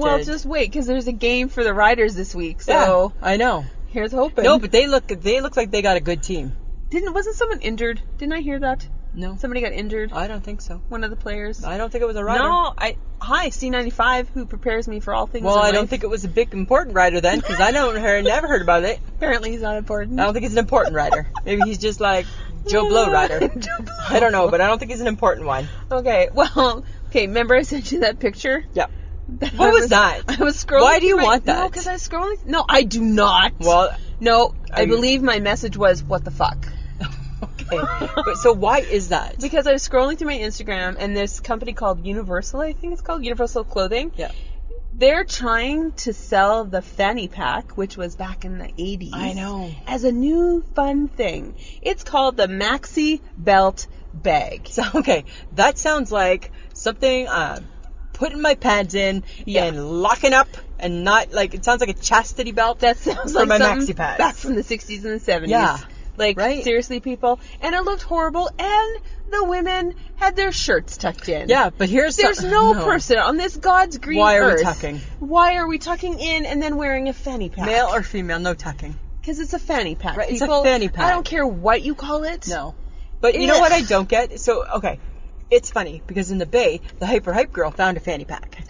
[SPEAKER 1] Well, just wait, because there's a game for the Riders this week.
[SPEAKER 2] Yeah,
[SPEAKER 1] So
[SPEAKER 2] I know.
[SPEAKER 1] here's hoping.
[SPEAKER 2] No, but they look they look like they got a good team.
[SPEAKER 1] didn't wasn't someone injured? Didn't I hear that
[SPEAKER 2] No,
[SPEAKER 1] somebody got injured?
[SPEAKER 2] I don't think so.
[SPEAKER 1] One of the players.
[SPEAKER 2] I don't think it was a rider.
[SPEAKER 1] Uh, no, I hi C95 who prepares me for all things.
[SPEAKER 2] Well,
[SPEAKER 1] in
[SPEAKER 2] I don't
[SPEAKER 1] life.
[SPEAKER 2] think it was a big important rider then, because I don't hear, never heard about it.
[SPEAKER 1] apparently he's not important.
[SPEAKER 2] I don't think he's an important rider. Maybe he's just like Joe Blow rider.
[SPEAKER 1] Joe Blow.
[SPEAKER 2] I don't know, but I don't think he's an important one.
[SPEAKER 1] Okay, well, okay. Remember I sent you that picture?
[SPEAKER 2] Yeah.
[SPEAKER 1] I
[SPEAKER 2] What was that?
[SPEAKER 1] I was scrolling.
[SPEAKER 2] Why do you
[SPEAKER 1] through my-
[SPEAKER 2] want that?
[SPEAKER 1] No, because I was scrolling. No, I do not.
[SPEAKER 2] Well,
[SPEAKER 1] no, I
[SPEAKER 2] you-
[SPEAKER 1] believe my message was what the fuck.
[SPEAKER 2] okay. But so why is that?
[SPEAKER 1] Because I was scrolling through my Instagram and this company called Universal, I think it's called Universal Clothing.
[SPEAKER 2] Yeah.
[SPEAKER 1] They're trying to sell the fanny pack, which was back in the 80s.
[SPEAKER 2] I know.
[SPEAKER 1] As a new fun thing. It's called the Maxi Belt Bag.
[SPEAKER 2] So okay, that sounds like something uh, putting my pads in
[SPEAKER 1] Yeah.
[SPEAKER 2] and locking up and not like it sounds like a chastity belt.
[SPEAKER 1] That sounds
[SPEAKER 2] For
[SPEAKER 1] like
[SPEAKER 2] my
[SPEAKER 1] something
[SPEAKER 2] maxi pads.
[SPEAKER 1] back from the 60s and the 70s.
[SPEAKER 2] Yeah.
[SPEAKER 1] Like
[SPEAKER 2] Right?
[SPEAKER 1] seriously, people, and it looked horrible. And the women had their shirts tucked in.
[SPEAKER 2] yeah, but here's
[SPEAKER 1] There's
[SPEAKER 2] some-
[SPEAKER 1] no, person on this God's green
[SPEAKER 2] Why are we
[SPEAKER 1] earth.
[SPEAKER 2] tucking?
[SPEAKER 1] Why are we tucking in and then wearing a fanny pack?
[SPEAKER 2] male or female, no tucking.
[SPEAKER 1] Because it's a fanny pack.
[SPEAKER 2] Right, it's a
[SPEAKER 1] people.
[SPEAKER 2] fanny pack.
[SPEAKER 1] I don't care what you call it.
[SPEAKER 2] No. But you know
[SPEAKER 1] Ugh.
[SPEAKER 2] what I don't get? So, okay. It's funny because in the Bay, the Hyper Hype girl found a fanny pack.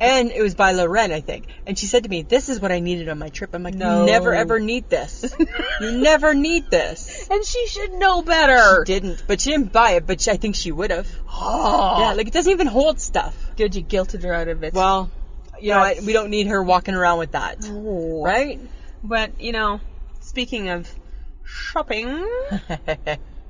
[SPEAKER 2] and it was by Loren, I think. And she said to me, This is what I needed on my trip. I'm like,
[SPEAKER 1] No.
[SPEAKER 2] You never ever need this. you never need this.
[SPEAKER 1] And she should know better.
[SPEAKER 2] Didn't. But she didn't buy it, but she, I think she would have.
[SPEAKER 1] Oh.
[SPEAKER 2] Yeah, like it doesn't even hold stuff.
[SPEAKER 1] Good, you guilted her out of it.
[SPEAKER 2] Well, you know, what?
[SPEAKER 1] That's-
[SPEAKER 2] we don't need her walking around with that.
[SPEAKER 1] No.
[SPEAKER 2] Right?
[SPEAKER 1] But you know, speaking of shopping,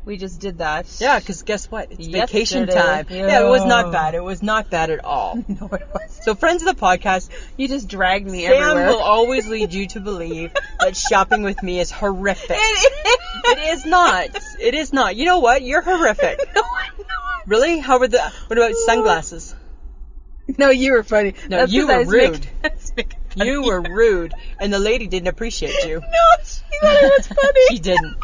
[SPEAKER 1] we just did that.
[SPEAKER 2] Yeah, because guess what? It's
[SPEAKER 1] Yesterday.
[SPEAKER 2] vacation time. Yeah, it was
[SPEAKER 1] Yeah.
[SPEAKER 2] not bad. It was not bad at all.
[SPEAKER 1] No, it wasn't.
[SPEAKER 2] So, friends of the podcast,
[SPEAKER 1] You just dragged me
[SPEAKER 2] Sam
[SPEAKER 1] everywhere.
[SPEAKER 2] will always lead you to believe that shopping with me is horrific. It is not. It is not. You know what? You're horrific.
[SPEAKER 1] No, I'm not.
[SPEAKER 2] Really? How were the? What about sunglasses?
[SPEAKER 1] No, you were funny.
[SPEAKER 2] No,
[SPEAKER 1] That's
[SPEAKER 2] you
[SPEAKER 1] 'cause I
[SPEAKER 2] were
[SPEAKER 1] was making-
[SPEAKER 2] rude.
[SPEAKER 1] I was making fun
[SPEAKER 2] You
[SPEAKER 1] of
[SPEAKER 2] were rude, and the lady didn't appreciate you.
[SPEAKER 1] No, she thought it was funny.
[SPEAKER 2] She didn't.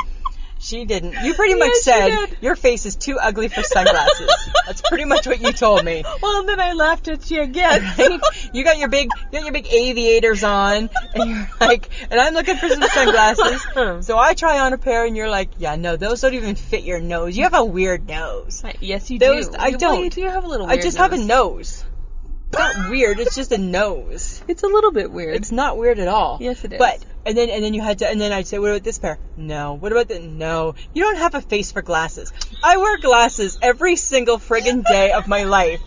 [SPEAKER 2] She didn't. You
[SPEAKER 1] Yeah,
[SPEAKER 2] pretty much
[SPEAKER 1] she
[SPEAKER 2] said
[SPEAKER 1] did.
[SPEAKER 2] your face is too ugly for sunglasses. That's pretty much what you told me.
[SPEAKER 1] Well, and then I laughed at you again.
[SPEAKER 2] Right? You got your big, you got your big aviators on, and you're like, and I'm looking for some sunglasses. So I try on a pair, and you're like, yeah, no, those don't even fit your nose. You have a weird nose.
[SPEAKER 1] Yes, you
[SPEAKER 2] Those
[SPEAKER 1] do.
[SPEAKER 2] I
[SPEAKER 1] You- Well,
[SPEAKER 2] don't.
[SPEAKER 1] you do have a little.
[SPEAKER 2] I
[SPEAKER 1] Weird
[SPEAKER 2] just
[SPEAKER 1] nose.
[SPEAKER 2] have a nose. It's not weird. It's just a nose.
[SPEAKER 1] It's a little bit weird.
[SPEAKER 2] It's not weird at all.
[SPEAKER 1] Yes, it is.
[SPEAKER 2] But and then and then you had to and then I'd say, what about this pair? No. What about the no? You don't have a face for glasses. I wear glasses every single friggin' day of my life.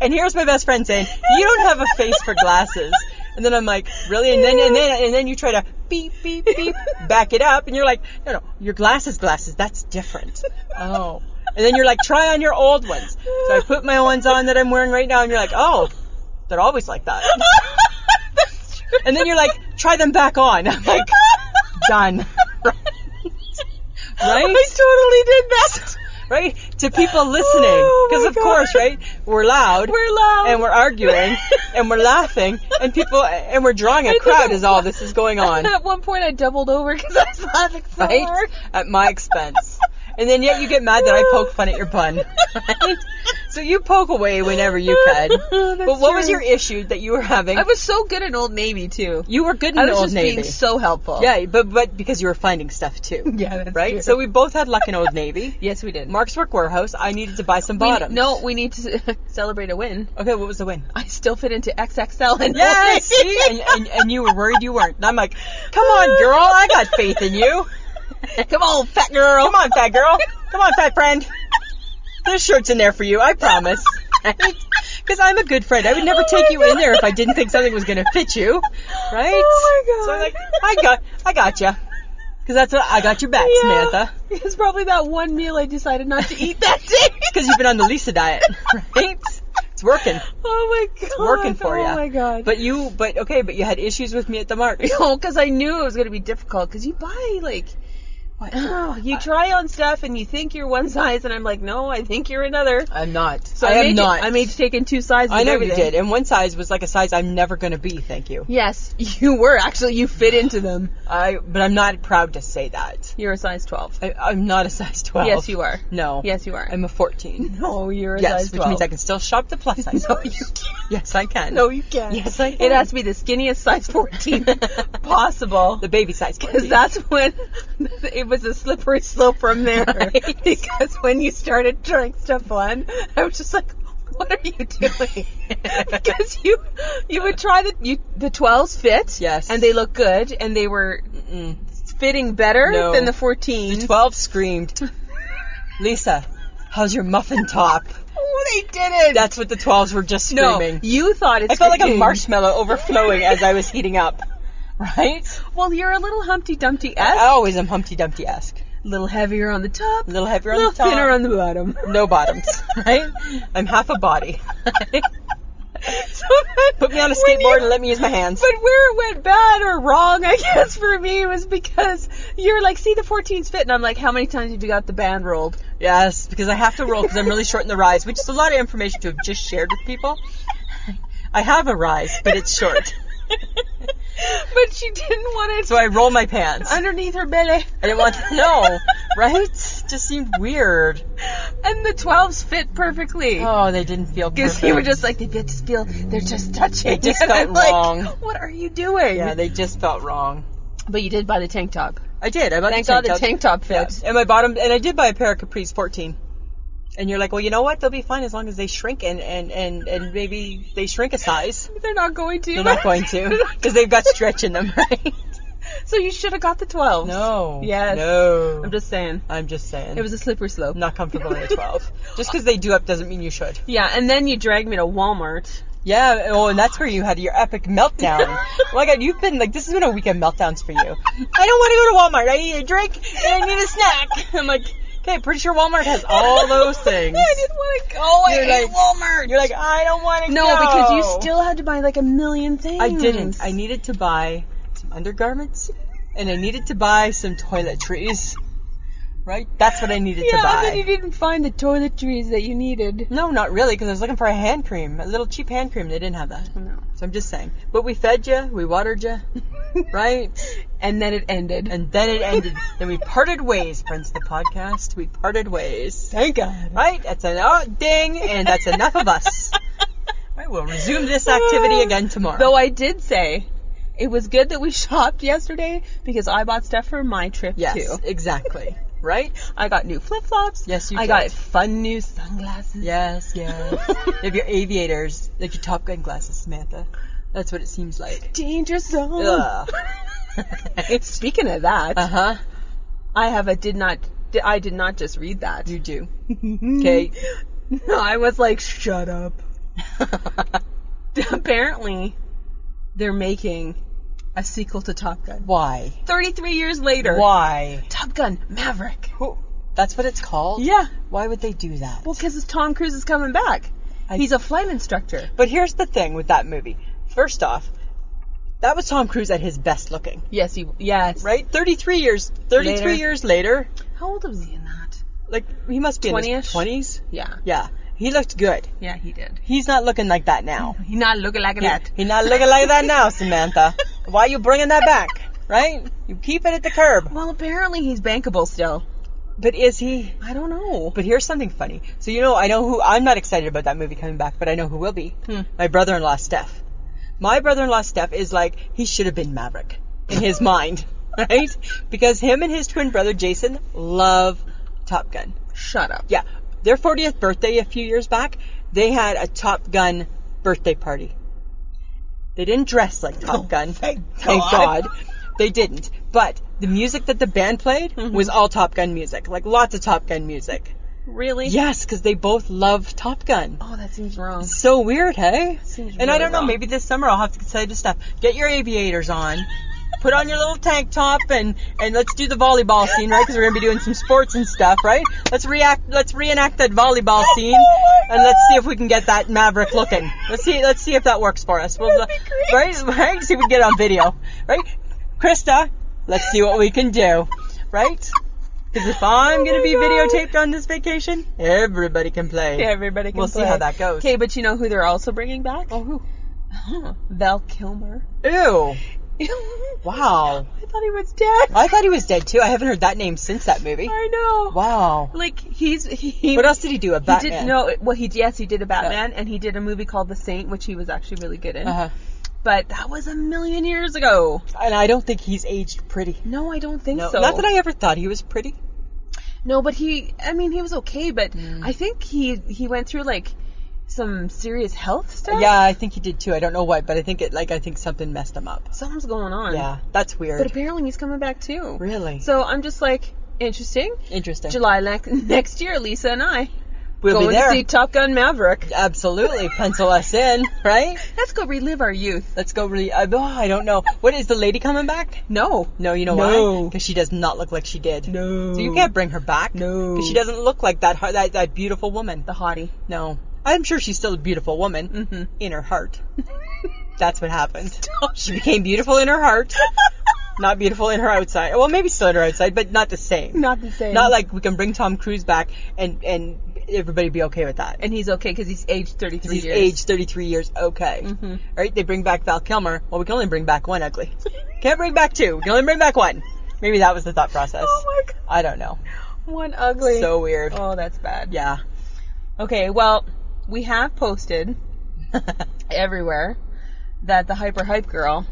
[SPEAKER 2] And here's my best friend saying, you don't have a face for glasses. And then I'm like, really? And then and then and then you try to beep beep beep back it up, and you're like, no no, your glasses glasses. That's different. Oh. And then you're like, try on your old ones. So I put my ones on that I'm wearing right now, and you're like, oh, they're always like that. And then you're like, try them back on. I'm like, done.
[SPEAKER 1] I
[SPEAKER 2] Right?
[SPEAKER 1] totally did that.
[SPEAKER 2] right? To people listening.
[SPEAKER 1] Oh, my
[SPEAKER 2] Because, of
[SPEAKER 1] God.
[SPEAKER 2] course, right? We're loud.
[SPEAKER 1] We're loud.
[SPEAKER 2] And we're arguing. and we're laughing. And people, and we're drawing a
[SPEAKER 1] think
[SPEAKER 2] crowd
[SPEAKER 1] I'm-
[SPEAKER 2] as all this is going on.
[SPEAKER 1] At one point, I doubled over because I was laughing so
[SPEAKER 2] Right?
[SPEAKER 1] hard.
[SPEAKER 2] At my expense. And then yet you get mad that I poke fun at your pun. Right? So you poke away whenever you can.
[SPEAKER 1] That's
[SPEAKER 2] but what was
[SPEAKER 1] true.
[SPEAKER 2] your issue that you were having?
[SPEAKER 1] I was so good in Old Navy too.
[SPEAKER 2] you were good in
[SPEAKER 1] I was
[SPEAKER 2] Old
[SPEAKER 1] just
[SPEAKER 2] Navy.
[SPEAKER 1] being so helpful.
[SPEAKER 2] yeah, but but because you were finding stuff too.
[SPEAKER 1] yeah, that's
[SPEAKER 2] Right?
[SPEAKER 1] true.
[SPEAKER 2] So we both had luck in Old Navy.
[SPEAKER 1] yes, we did.
[SPEAKER 2] Mark's Work Warehouse, I needed to buy some
[SPEAKER 1] We-
[SPEAKER 2] bottoms.
[SPEAKER 1] no, we need to celebrate a win.
[SPEAKER 2] Okay, what was the win?
[SPEAKER 1] I still fit into XXL and
[SPEAKER 2] Yes, see? And, and, and you were worried you weren't. And I'm like, come on, girl, I got faith in you.
[SPEAKER 1] Come on, fat girl.
[SPEAKER 2] Come on, fat girl. Come on, fat friend. This shirt's in there for you, I promise. Because I'm a good friend. I would never take you in there if I didn't think something was going to fit you, right?
[SPEAKER 1] Oh my God.
[SPEAKER 2] So I'm like, I got, I got you. Because that's what I got your back,
[SPEAKER 1] Yeah.
[SPEAKER 2] Samantha.
[SPEAKER 1] It's probably that one meal I decided not to eat that day.
[SPEAKER 2] Because you've been on the Lisa diet, right? It's working,
[SPEAKER 1] Oh my god. It's
[SPEAKER 2] working for you.
[SPEAKER 1] Oh my god.
[SPEAKER 2] But you, but okay, but you had issues with me at the mark.
[SPEAKER 1] no, because I knew it was gonna be difficult. Because you buy like, oh, you try on stuff and you think you're one size, and I'm like, no, I think you're another.
[SPEAKER 2] I'm not.
[SPEAKER 1] So
[SPEAKER 2] I,
[SPEAKER 1] made
[SPEAKER 2] am
[SPEAKER 1] you-
[SPEAKER 2] not.
[SPEAKER 1] I made you take in two sizes.
[SPEAKER 2] I
[SPEAKER 1] and
[SPEAKER 2] know you
[SPEAKER 1] everything.
[SPEAKER 2] did. And one size was like a size I'm never going to be, thank you.
[SPEAKER 1] Yes, you were actually. You fit into them.
[SPEAKER 2] I, but I'm not proud to say that.
[SPEAKER 1] You're a size 12.
[SPEAKER 2] I, I'm not a size 12.
[SPEAKER 1] Yes, you are.
[SPEAKER 2] No.
[SPEAKER 1] Yes, you are.
[SPEAKER 2] I'm a 14.
[SPEAKER 1] no, you're a
[SPEAKER 2] yes,
[SPEAKER 1] size
[SPEAKER 2] which
[SPEAKER 1] 12.
[SPEAKER 2] means I can still shop the plus size.
[SPEAKER 1] No,
[SPEAKER 2] stores.
[SPEAKER 1] you can't.
[SPEAKER 2] Yes, I can.
[SPEAKER 1] No, you can't.
[SPEAKER 2] Yes, I
[SPEAKER 1] It
[SPEAKER 2] can.
[SPEAKER 1] has to be the skinniest size 14 possible.
[SPEAKER 2] the baby size.
[SPEAKER 1] Because that's when it was a slippery slope from there. Because when you started trying stuff on, I was just like, "What are you doing?" because you you would try the you the twelves fit,
[SPEAKER 2] Yes.
[SPEAKER 1] and they look good, and they were mm, fitting better
[SPEAKER 2] No.
[SPEAKER 1] than the fourteen.
[SPEAKER 2] The 12 screamed, Lisa, how's your muffin top?
[SPEAKER 1] Oh, they didn't.
[SPEAKER 2] That's what the 12s were just
[SPEAKER 1] no.
[SPEAKER 2] screaming.
[SPEAKER 1] You thought it's.
[SPEAKER 2] I felt like a
[SPEAKER 1] fitting.
[SPEAKER 2] marshmallow overflowing as I was heating up. Right?
[SPEAKER 1] Well, you're a little Humpty Dumpty esque.
[SPEAKER 2] I always am Humpty Dumpty esque.
[SPEAKER 1] A little heavier on the top.
[SPEAKER 2] A Uh, little heavier
[SPEAKER 1] a
[SPEAKER 2] on
[SPEAKER 1] little
[SPEAKER 2] the top.
[SPEAKER 1] thinner on the bottom.
[SPEAKER 2] no bottoms, right? I'm half a body.
[SPEAKER 1] So then-
[SPEAKER 2] Put me on
[SPEAKER 1] when
[SPEAKER 2] a
[SPEAKER 1] you-
[SPEAKER 2] skateboard and let me use my hands.
[SPEAKER 1] But where it went bad or wrong, I guess for me was because you're like, see the 14s fit, and I'm like, how many times have you got the band rolled?
[SPEAKER 2] Yes, because I have to roll because I'm really short in the rise, which is a lot of information to have just shared with people. I have a rise, but it's short.
[SPEAKER 1] But she didn't want it
[SPEAKER 2] So I roll my pants. I
[SPEAKER 1] underneath her belly,
[SPEAKER 2] didn't want to know, right? Just seemed weird.
[SPEAKER 1] and the 12s fit perfectly.
[SPEAKER 2] Oh, they didn't feel good.
[SPEAKER 1] Because you were just like, they just feel, they're just touching.
[SPEAKER 2] It just
[SPEAKER 1] And
[SPEAKER 2] felt
[SPEAKER 1] I'm like,
[SPEAKER 2] wrong.
[SPEAKER 1] what are you doing?
[SPEAKER 2] Yeah, they just felt wrong.
[SPEAKER 1] but you did buy the tank top.
[SPEAKER 2] I did. I bought
[SPEAKER 1] Thank
[SPEAKER 2] the
[SPEAKER 1] God the
[SPEAKER 2] tank top.
[SPEAKER 1] tank top
[SPEAKER 2] Yeah.
[SPEAKER 1] fits.
[SPEAKER 2] And my bottom, and I did buy a pair of capris 14. And you're like, well, you know what? They'll be fine as long as they shrink and, and, and, and maybe they shrink a size.
[SPEAKER 1] They're not going to.
[SPEAKER 2] They're not going to because they've got stretch in them, right?
[SPEAKER 1] so you should have got the 12s.
[SPEAKER 2] No.
[SPEAKER 1] Yes.
[SPEAKER 2] No.
[SPEAKER 1] I'm just saying.
[SPEAKER 2] I'm just saying.
[SPEAKER 1] It was a slippery slope.
[SPEAKER 2] not comfortable in a 12. Just because they do up doesn't mean you should.
[SPEAKER 1] Yeah, and then you dragged me to Walmart.
[SPEAKER 2] Yeah. Oh, and that's where you had your epic meltdown. oh my God, you've been like this has been a week of meltdowns for you. I don't want to go to Walmart. I need a drink and I need a snack. I'm like, okay, pretty sure Walmart has all those things.
[SPEAKER 1] I didn't want to go. I
[SPEAKER 2] You're
[SPEAKER 1] hate
[SPEAKER 2] like-
[SPEAKER 1] Walmart.
[SPEAKER 2] You're like, I don't want to.
[SPEAKER 1] no,
[SPEAKER 2] go.
[SPEAKER 1] because you still had to buy like a million things.
[SPEAKER 2] I didn't. I needed to buy some undergarments and I needed to buy some toiletries. Right? That's what I needed
[SPEAKER 1] Yeah,
[SPEAKER 2] to buy.
[SPEAKER 1] and then you didn't find the toiletries that you needed.
[SPEAKER 2] No, not really, because I was looking for a hand cream, a little cheap hand cream. They didn't have that.
[SPEAKER 1] No.
[SPEAKER 2] So I'm just saying. But we fed you, we watered you, right?
[SPEAKER 1] And then it ended.
[SPEAKER 2] And then it ended. then we parted ways, friends of the podcast. We parted ways. Thank God. Right? That's an oh, ding, and that's enough of us. Right, we'll resume this activity again tomorrow.
[SPEAKER 1] Oh. Though I did say it was good that we shopped yesterday because I bought stuff for my trip
[SPEAKER 2] yes,
[SPEAKER 1] too.
[SPEAKER 2] exactly. Right?
[SPEAKER 1] I got new flip flops.
[SPEAKER 2] Yes, you
[SPEAKER 1] I
[SPEAKER 2] did.
[SPEAKER 1] got fun new sunglasses.
[SPEAKER 2] Yes, yes. you have your aviators, like your Top Gun glasses, Samantha. That's what it seems like.
[SPEAKER 1] Danger zone.
[SPEAKER 2] Ugh.
[SPEAKER 1] Speaking of that,
[SPEAKER 2] Uh huh.
[SPEAKER 1] I have a did not. I did not just read that.
[SPEAKER 2] You do. Okay.
[SPEAKER 1] No, I was like, shut up. Apparently, they're making a sequel to Top Gun.
[SPEAKER 2] Why?
[SPEAKER 1] 33 years later.
[SPEAKER 2] Why?
[SPEAKER 1] Top Gun Maverick.
[SPEAKER 2] Who, That's what it's called.
[SPEAKER 1] Yeah.
[SPEAKER 2] Why would they do that?
[SPEAKER 1] Well, because Tom Cruise is coming back. He's a flight instructor.
[SPEAKER 2] but here's the thing with that movie. First off, that was Tom Cruise at his best looking,
[SPEAKER 1] Yes, he. Yes.
[SPEAKER 2] right? 33 years, 33
[SPEAKER 1] Later.
[SPEAKER 2] years later,
[SPEAKER 1] How old was he in that?
[SPEAKER 2] like he must be
[SPEAKER 1] 20-ish?
[SPEAKER 2] in his 20s.
[SPEAKER 1] Yeah.
[SPEAKER 2] Yeah. He looked good.
[SPEAKER 1] Yeah, he did.
[SPEAKER 2] He's not looking like that now.
[SPEAKER 1] He not looking like that.
[SPEAKER 2] He not looking like that now, Samantha. Why you bringing that back? Right? You keep it at the curb.
[SPEAKER 1] Well, apparently he's bankable still.
[SPEAKER 2] But is he?
[SPEAKER 1] I don't know.
[SPEAKER 2] But here's something funny. So you know, I know who I'm not excited about that movie coming back, but I know who will be. My brother-in-law Steph. My brother-in-law Steph is like he should have been Maverick in his mind, right? Because him and his twin brother Jason love Top Gun.
[SPEAKER 1] Shut up.
[SPEAKER 2] Yeah, their 40th birthday a few years back, they had a Top Gun birthday party. They didn't dress like Top Gun. Oh, Thank God. They didn't. But the music that the band played was all Top Gun music, like lots of Top Gun music.
[SPEAKER 1] Really?
[SPEAKER 2] Yes, because they both love Top Gun.
[SPEAKER 1] Oh, that seems wrong.
[SPEAKER 2] So weird, hey?
[SPEAKER 1] Seems
[SPEAKER 2] and I
[SPEAKER 1] really
[SPEAKER 2] don't know,
[SPEAKER 1] wrong.
[SPEAKER 2] maybe this summer I'll have to decide to stuff. Get your aviators on. Put on your little tank top and and let's do the volleyball scene, right? Because we're gonna be doing some sports and stuff, right? Let's react. Let's reenact that volleyball
[SPEAKER 1] Oh
[SPEAKER 2] scene, and let's see if we can get that Maverick looking. Let's see. Let's see if that works for us. We'll, right? Right? See if we can get it on video, right? Krista, let's see what we can do, right? Because if
[SPEAKER 1] Oh
[SPEAKER 2] I'm gonna be videotaped on this vacation, everybody can play.
[SPEAKER 1] Everybody can
[SPEAKER 2] We'll see how that goes.
[SPEAKER 1] Okay, but you know who they're also bringing back? Uh-huh.
[SPEAKER 2] Oh, who?
[SPEAKER 1] Val Kilmer.
[SPEAKER 2] Ew.
[SPEAKER 1] I
[SPEAKER 2] Wow.
[SPEAKER 1] thought he was dead.
[SPEAKER 2] I thought he was dead too. I haven't heard that name since that movie.
[SPEAKER 1] I know.
[SPEAKER 2] Wow.
[SPEAKER 1] Like he's he.
[SPEAKER 2] What else did he do? A
[SPEAKER 1] He
[SPEAKER 2] Batman.
[SPEAKER 1] did no. Well, he yes, he did a Batman, and he did a movie called The Saint, which he was actually really good in.
[SPEAKER 2] Uh-huh.
[SPEAKER 1] But that was a million years ago.
[SPEAKER 2] And I don't think he's aged pretty.
[SPEAKER 1] No, I don't think
[SPEAKER 2] No,
[SPEAKER 1] so.
[SPEAKER 2] not that I ever thought he was pretty.
[SPEAKER 1] No, but he. I mean, he was okay, but
[SPEAKER 2] Mm.
[SPEAKER 1] I think he he went through like some serious health stuff.
[SPEAKER 2] Yeah, I think he did too. I don't know why, but I think it like I think something messed him up.
[SPEAKER 1] something's going on.
[SPEAKER 2] Yeah, that's weird.
[SPEAKER 1] But apparently he's coming back too.
[SPEAKER 2] Really?
[SPEAKER 1] So I'm just like, interesting.
[SPEAKER 2] Interesting.
[SPEAKER 1] July next next year, Lisa and I
[SPEAKER 2] we'll
[SPEAKER 1] going
[SPEAKER 2] be there.
[SPEAKER 1] to see Top Gun Maverick.
[SPEAKER 2] Absolutely, pencil us in, right?
[SPEAKER 1] Let's go relive our youth.
[SPEAKER 2] Let's go. Really, I, oh, I don't know. What is the lady coming back?
[SPEAKER 1] No.
[SPEAKER 2] No, you know
[SPEAKER 1] No.
[SPEAKER 2] why? Because she does not look like she did.
[SPEAKER 1] No.
[SPEAKER 2] So you can't bring her back.
[SPEAKER 1] No.
[SPEAKER 2] Because she doesn't look like that, hu- that that beautiful woman.
[SPEAKER 1] The Mm-hmm. hottie.
[SPEAKER 2] No. I'm sure she's still a beautiful woman in her heart. That's what happened. She became beautiful in her heart, not beautiful in her outside. Well, maybe still in her outside, but not the same.
[SPEAKER 1] Not the same.
[SPEAKER 2] Not like we can bring Tom Cruise back and and everybody be okay with that.
[SPEAKER 1] And he's okay because he's aged 33
[SPEAKER 2] He's
[SPEAKER 1] years. Mm-hmm.
[SPEAKER 2] aged 33 years. Okay. All right. They bring back Val Kilmer. Well, we can only bring back one ugly. Can't bring back two. We can only bring back one. Maybe that was the thought process.
[SPEAKER 1] Oh my god.
[SPEAKER 2] I don't know.
[SPEAKER 1] One ugly.
[SPEAKER 2] So weird.
[SPEAKER 1] Oh, that's bad.
[SPEAKER 2] Yeah.
[SPEAKER 1] Okay, well, we have posted everywhere that the hyper hype girl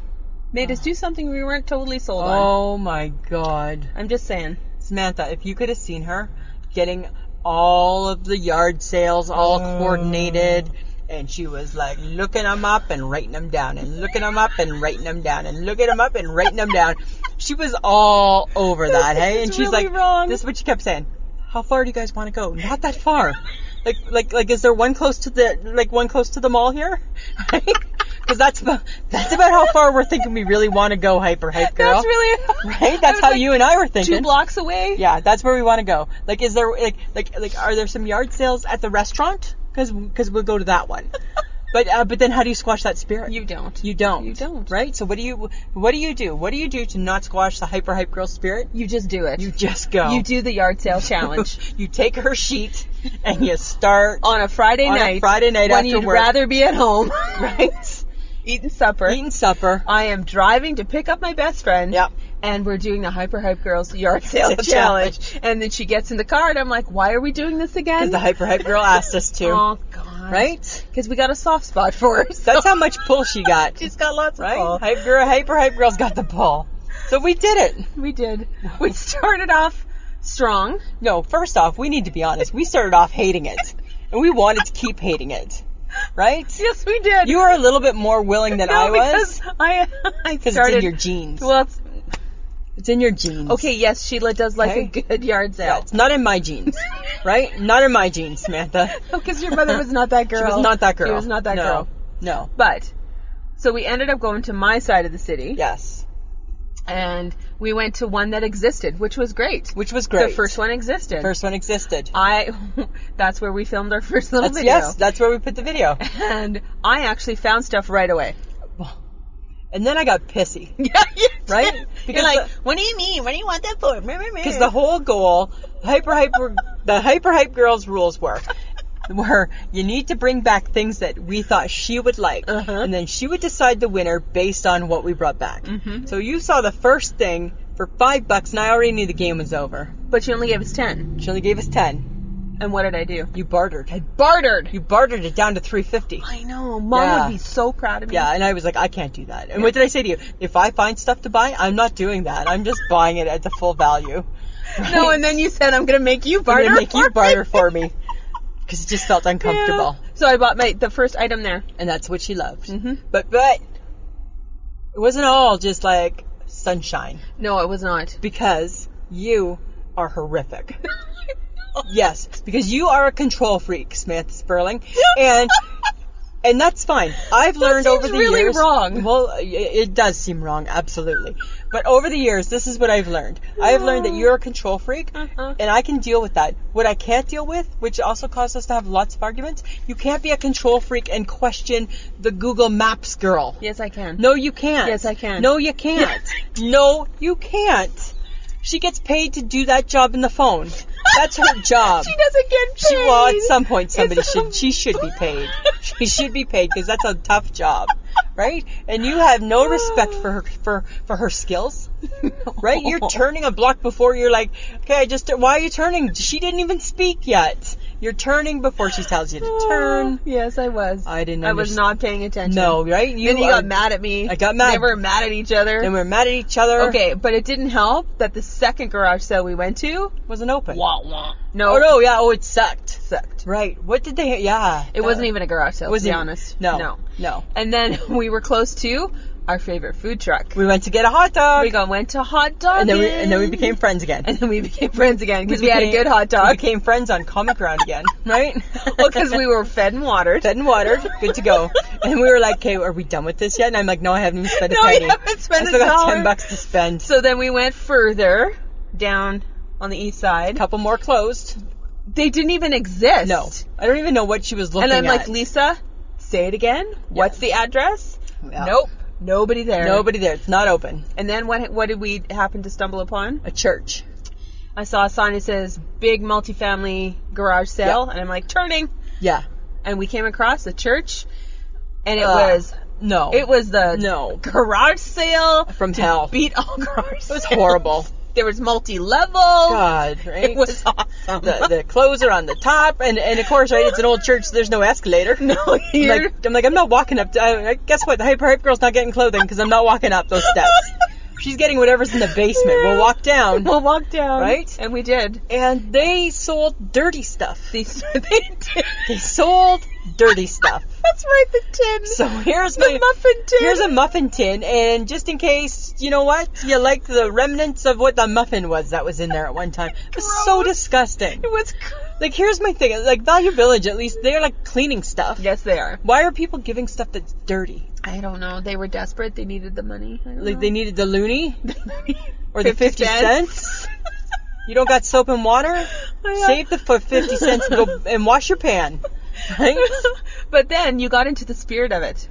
[SPEAKER 1] made us do something we weren't totally sold on.
[SPEAKER 2] Oh my god.
[SPEAKER 1] I'm just saying.
[SPEAKER 2] Samantha, if you could have seen her getting all of the yard sales all
[SPEAKER 1] Mm.
[SPEAKER 2] coordinated, and she was like looking them up and writing them down, and looking them up and writing them down, and looking them up and writing them down. She was all over that,
[SPEAKER 1] is
[SPEAKER 2] hey? And she's
[SPEAKER 1] really
[SPEAKER 2] like,
[SPEAKER 1] wrong.
[SPEAKER 2] this is what she kept saying. How far do you guys want to go? Not that far. Like, like, like, is there one close to the, like, one close to the mall here? Because that's about, that's about how far we're thinking we really want to go, hyper hype girl.
[SPEAKER 1] That's really
[SPEAKER 2] right.
[SPEAKER 1] I
[SPEAKER 2] That's
[SPEAKER 1] was
[SPEAKER 2] how
[SPEAKER 1] like,
[SPEAKER 2] you and I were thinking.
[SPEAKER 1] two blocks away.
[SPEAKER 2] Yeah, that's where we want to go. Like, is there like like like are there some yard sales at the restaurant? Because we'll go to that one. but uh, but then how do you squash that spirit?
[SPEAKER 1] You don't.
[SPEAKER 2] You don't.
[SPEAKER 1] You don't.
[SPEAKER 2] Right. So what do you what do you do? What do you do to not squash the hyper hype girl spirit?
[SPEAKER 1] You just do it.
[SPEAKER 2] You just go.
[SPEAKER 1] You do the yard sale challenge
[SPEAKER 2] you take her sheet and you start
[SPEAKER 1] on a Friday
[SPEAKER 2] On a
[SPEAKER 1] night.
[SPEAKER 2] Friday night
[SPEAKER 1] when
[SPEAKER 2] after
[SPEAKER 1] you'd
[SPEAKER 2] work.
[SPEAKER 1] rather be at home,
[SPEAKER 2] right
[SPEAKER 1] eating supper.
[SPEAKER 2] eating supper.
[SPEAKER 1] I am driving to pick up my best friend.
[SPEAKER 2] Yep.
[SPEAKER 1] And we're doing the Hyper Hype Girls Yard Sale
[SPEAKER 2] Challenge.
[SPEAKER 1] Challenge. And then she gets in the car and I'm like, why are we doing this again?
[SPEAKER 2] Because the hyper hype girl asked us to.
[SPEAKER 1] Oh, God.
[SPEAKER 2] Right.
[SPEAKER 1] Because we got a soft spot for her. so
[SPEAKER 2] That's how much pull she got.
[SPEAKER 1] she's got lots
[SPEAKER 2] right.
[SPEAKER 1] of pull.
[SPEAKER 2] Hype girl. Hyper hype girl's got the pull. So we did it.
[SPEAKER 1] We did. We started off strong.
[SPEAKER 2] No, first off, we need to be honest. We started off hating it, and we wanted to keep hating it, right?
[SPEAKER 1] Yes, we did.
[SPEAKER 2] You were a little bit more willing than
[SPEAKER 1] no,
[SPEAKER 2] I was
[SPEAKER 1] because I, I
[SPEAKER 2] because it's
[SPEAKER 1] started.
[SPEAKER 2] in your genes.
[SPEAKER 1] Well, it's,
[SPEAKER 2] it's in your genes.
[SPEAKER 1] okay, yes, Sheila does like
[SPEAKER 2] Okay.
[SPEAKER 1] a good yard
[SPEAKER 2] Yeah,
[SPEAKER 1] sale.
[SPEAKER 2] it's not in my genes, right? Not in my genes, Samantha.
[SPEAKER 1] Because your mother was not that girl.
[SPEAKER 2] She was not that girl.
[SPEAKER 1] She was not that
[SPEAKER 2] no.
[SPEAKER 1] girl.
[SPEAKER 2] No.
[SPEAKER 1] But so we ended up going to my side of the city.
[SPEAKER 2] Yes.
[SPEAKER 1] and we went to one that existed, which was great.
[SPEAKER 2] Which was great.
[SPEAKER 1] The first one existed.
[SPEAKER 2] First one existed.
[SPEAKER 1] I, that's where we filmed our first little
[SPEAKER 2] That's-
[SPEAKER 1] video.
[SPEAKER 2] Yes, that's where we put the video.
[SPEAKER 1] and I actually found stuff right away.
[SPEAKER 2] And then I got pissy. Right?
[SPEAKER 1] Right?
[SPEAKER 2] Because the-
[SPEAKER 1] what do you mean? What do you want that for? Because
[SPEAKER 2] Because the whole goal, hyper hyper, the hyper hype girls rules were, were you need to bring back things that we thought she would like,
[SPEAKER 1] Uh-huh.
[SPEAKER 2] and then she would decide the winner based on what we brought back.
[SPEAKER 1] Mm-hmm.
[SPEAKER 2] So you saw the first thing for five bucks, and I already knew the game was over.
[SPEAKER 1] But you only gave us 10.
[SPEAKER 2] She only gave us ten.
[SPEAKER 1] And what did I do?
[SPEAKER 2] You bartered. I
[SPEAKER 1] Bartered.
[SPEAKER 2] You bartered it down to three fifty.
[SPEAKER 1] I know. Mom
[SPEAKER 2] Yeah.
[SPEAKER 1] would be so proud of me.
[SPEAKER 2] Yeah, and I was like, I can't do that. And what did I say to you? If I find stuff to buy, I'm not doing that. I'm just buying it at the full value.
[SPEAKER 1] No, and then you said, I'm going to make you
[SPEAKER 2] I'm
[SPEAKER 1] barter.
[SPEAKER 2] gonna make
[SPEAKER 1] for
[SPEAKER 2] you
[SPEAKER 1] it."
[SPEAKER 2] barter for me because it just felt uncomfortable,
[SPEAKER 1] Yeah. So I bought my the first item there.
[SPEAKER 2] and that's what she loved.
[SPEAKER 1] Mm-hmm.
[SPEAKER 2] But but it wasn't all just like sunshine
[SPEAKER 1] No, it was not.
[SPEAKER 2] because you are horrific. yes, because you are a control freak, Samantha Sperling, and. And that's fine. I've learned over
[SPEAKER 1] seems
[SPEAKER 2] the
[SPEAKER 1] really
[SPEAKER 2] years.
[SPEAKER 1] wrong.
[SPEAKER 2] Well, i- it does seem wrong, absolutely. But over the years, this is what I've learned. I've learned that you're a control freak,
[SPEAKER 1] Uh-huh.
[SPEAKER 2] and I can deal with that. What I can't deal with, which also caused us to have lots of arguments, you can't be a control freak and question the Google Maps girl.
[SPEAKER 1] Yes, I can.
[SPEAKER 2] No, you can't.
[SPEAKER 1] Yes, I can.
[SPEAKER 2] No, you can't. no, you can't. She gets paid to do that job in the phone. That's her job.
[SPEAKER 1] She doesn't get paid.
[SPEAKER 2] She- well, at some point, somebody
[SPEAKER 1] It's
[SPEAKER 2] should.
[SPEAKER 1] a-
[SPEAKER 2] She should be paid. She should be paid because that's a tough job, right? And you have no respect for her for for her skills, right? You're turning a block before you're like, okay, I just. Why are you turning? She didn't even speak yet. You're turning before she tells you to turn.
[SPEAKER 1] Yes, I was.
[SPEAKER 2] I didn't
[SPEAKER 1] I was
[SPEAKER 2] underst-
[SPEAKER 1] not paying attention.
[SPEAKER 2] No, right? You
[SPEAKER 1] then you
[SPEAKER 2] are-
[SPEAKER 1] got mad at me.
[SPEAKER 2] I got mad.
[SPEAKER 1] They were mad at each other.
[SPEAKER 2] And we're mad at each other.
[SPEAKER 1] okay, but it didn't help that the second garage sale we went to,
[SPEAKER 2] wasn't open.
[SPEAKER 1] no,
[SPEAKER 2] Oh no, yeah. Oh, it sucked.
[SPEAKER 1] sucked.
[SPEAKER 2] Right. What did they? Yeah.
[SPEAKER 1] It wasn't even a garage sale.
[SPEAKER 2] wasn't
[SPEAKER 1] to be
[SPEAKER 2] even-
[SPEAKER 1] honest.
[SPEAKER 2] no,
[SPEAKER 1] no,
[SPEAKER 2] no.
[SPEAKER 1] And then we were close to our favorite food truck.
[SPEAKER 2] We went to get a hot dog.
[SPEAKER 1] We go went to hot dog,
[SPEAKER 2] and then we and then we became friends again.
[SPEAKER 1] and then we became friends again because we, had a
[SPEAKER 2] became-
[SPEAKER 1] good hot
[SPEAKER 2] We
[SPEAKER 1] dog.
[SPEAKER 2] became friends on common ground again, right?
[SPEAKER 1] well, because we were fed and watered.
[SPEAKER 2] fed and watered, good to go. And we were like, "Okay, are we done with this yet?" And I'm like, "No, I haven't even spent a
[SPEAKER 1] No, we
[SPEAKER 2] penny.
[SPEAKER 1] haven't spent
[SPEAKER 2] I
[SPEAKER 1] a
[SPEAKER 2] still got
[SPEAKER 1] dollar."
[SPEAKER 2] ten bucks to spend.
[SPEAKER 1] So then we went further down on the east side.
[SPEAKER 2] couple more closed.
[SPEAKER 1] They didn't even exist.
[SPEAKER 2] No, I don't even know what she was looking
[SPEAKER 1] And I'm
[SPEAKER 2] at.
[SPEAKER 1] like, Lisa, say it again. What's the address?
[SPEAKER 2] Yeah.
[SPEAKER 1] Nope. Nobody there.
[SPEAKER 2] Oh. nobody there. It's not open.
[SPEAKER 1] And then what what did we happen to stumble upon?
[SPEAKER 2] A church.
[SPEAKER 1] I saw a sign that says big multifamily garage sale and I'm like, turning.
[SPEAKER 2] Yeah.
[SPEAKER 1] And we came across the church and it
[SPEAKER 2] Ugh.
[SPEAKER 1] was
[SPEAKER 2] No.
[SPEAKER 1] it was the
[SPEAKER 2] no
[SPEAKER 1] garage sale
[SPEAKER 2] from hell. It
[SPEAKER 1] beat all garage
[SPEAKER 2] was horrible.
[SPEAKER 1] There was multi level.
[SPEAKER 2] God, right?
[SPEAKER 1] It was awesome.
[SPEAKER 2] the, the clothes are on the top, and, and of course, right, it's an old church. so There's no escalator. No, I'm
[SPEAKER 1] you're-
[SPEAKER 2] like, I'm like, I'm not walking up. To, I, I- guess what? The hyper hype girl's not getting clothing because I'm not walking up those steps. She's getting whatever's in the basement. We'll walk down.
[SPEAKER 1] we'll walk down.
[SPEAKER 2] Right?
[SPEAKER 1] And we did.
[SPEAKER 2] and they sold dirty stuff.
[SPEAKER 1] They, they did.
[SPEAKER 2] They sold dirty stuff.
[SPEAKER 1] That's right, the tin.
[SPEAKER 2] So here's
[SPEAKER 1] the
[SPEAKER 2] my
[SPEAKER 1] muffin tin.
[SPEAKER 2] here's a muffin tin, and just in case, you know what, you like the remnants of what the muffin was that was in there at one time. It was so disgusting.
[SPEAKER 1] It was.
[SPEAKER 2] Like here's my thing, like Value Village at least they're like cleaning stuff.
[SPEAKER 1] Yes, they are.
[SPEAKER 2] Why are people giving stuff that's dirty?
[SPEAKER 1] I don't know. They were desperate. They needed the money. I don't
[SPEAKER 2] Like they needed the loony or the 50
[SPEAKER 1] 50
[SPEAKER 2] cents?
[SPEAKER 1] cents.
[SPEAKER 2] You don't got soap and water?
[SPEAKER 1] know.
[SPEAKER 2] Save the for 50 cents and go and wash your pan. Right?
[SPEAKER 1] know. but then you got into the spirit of it.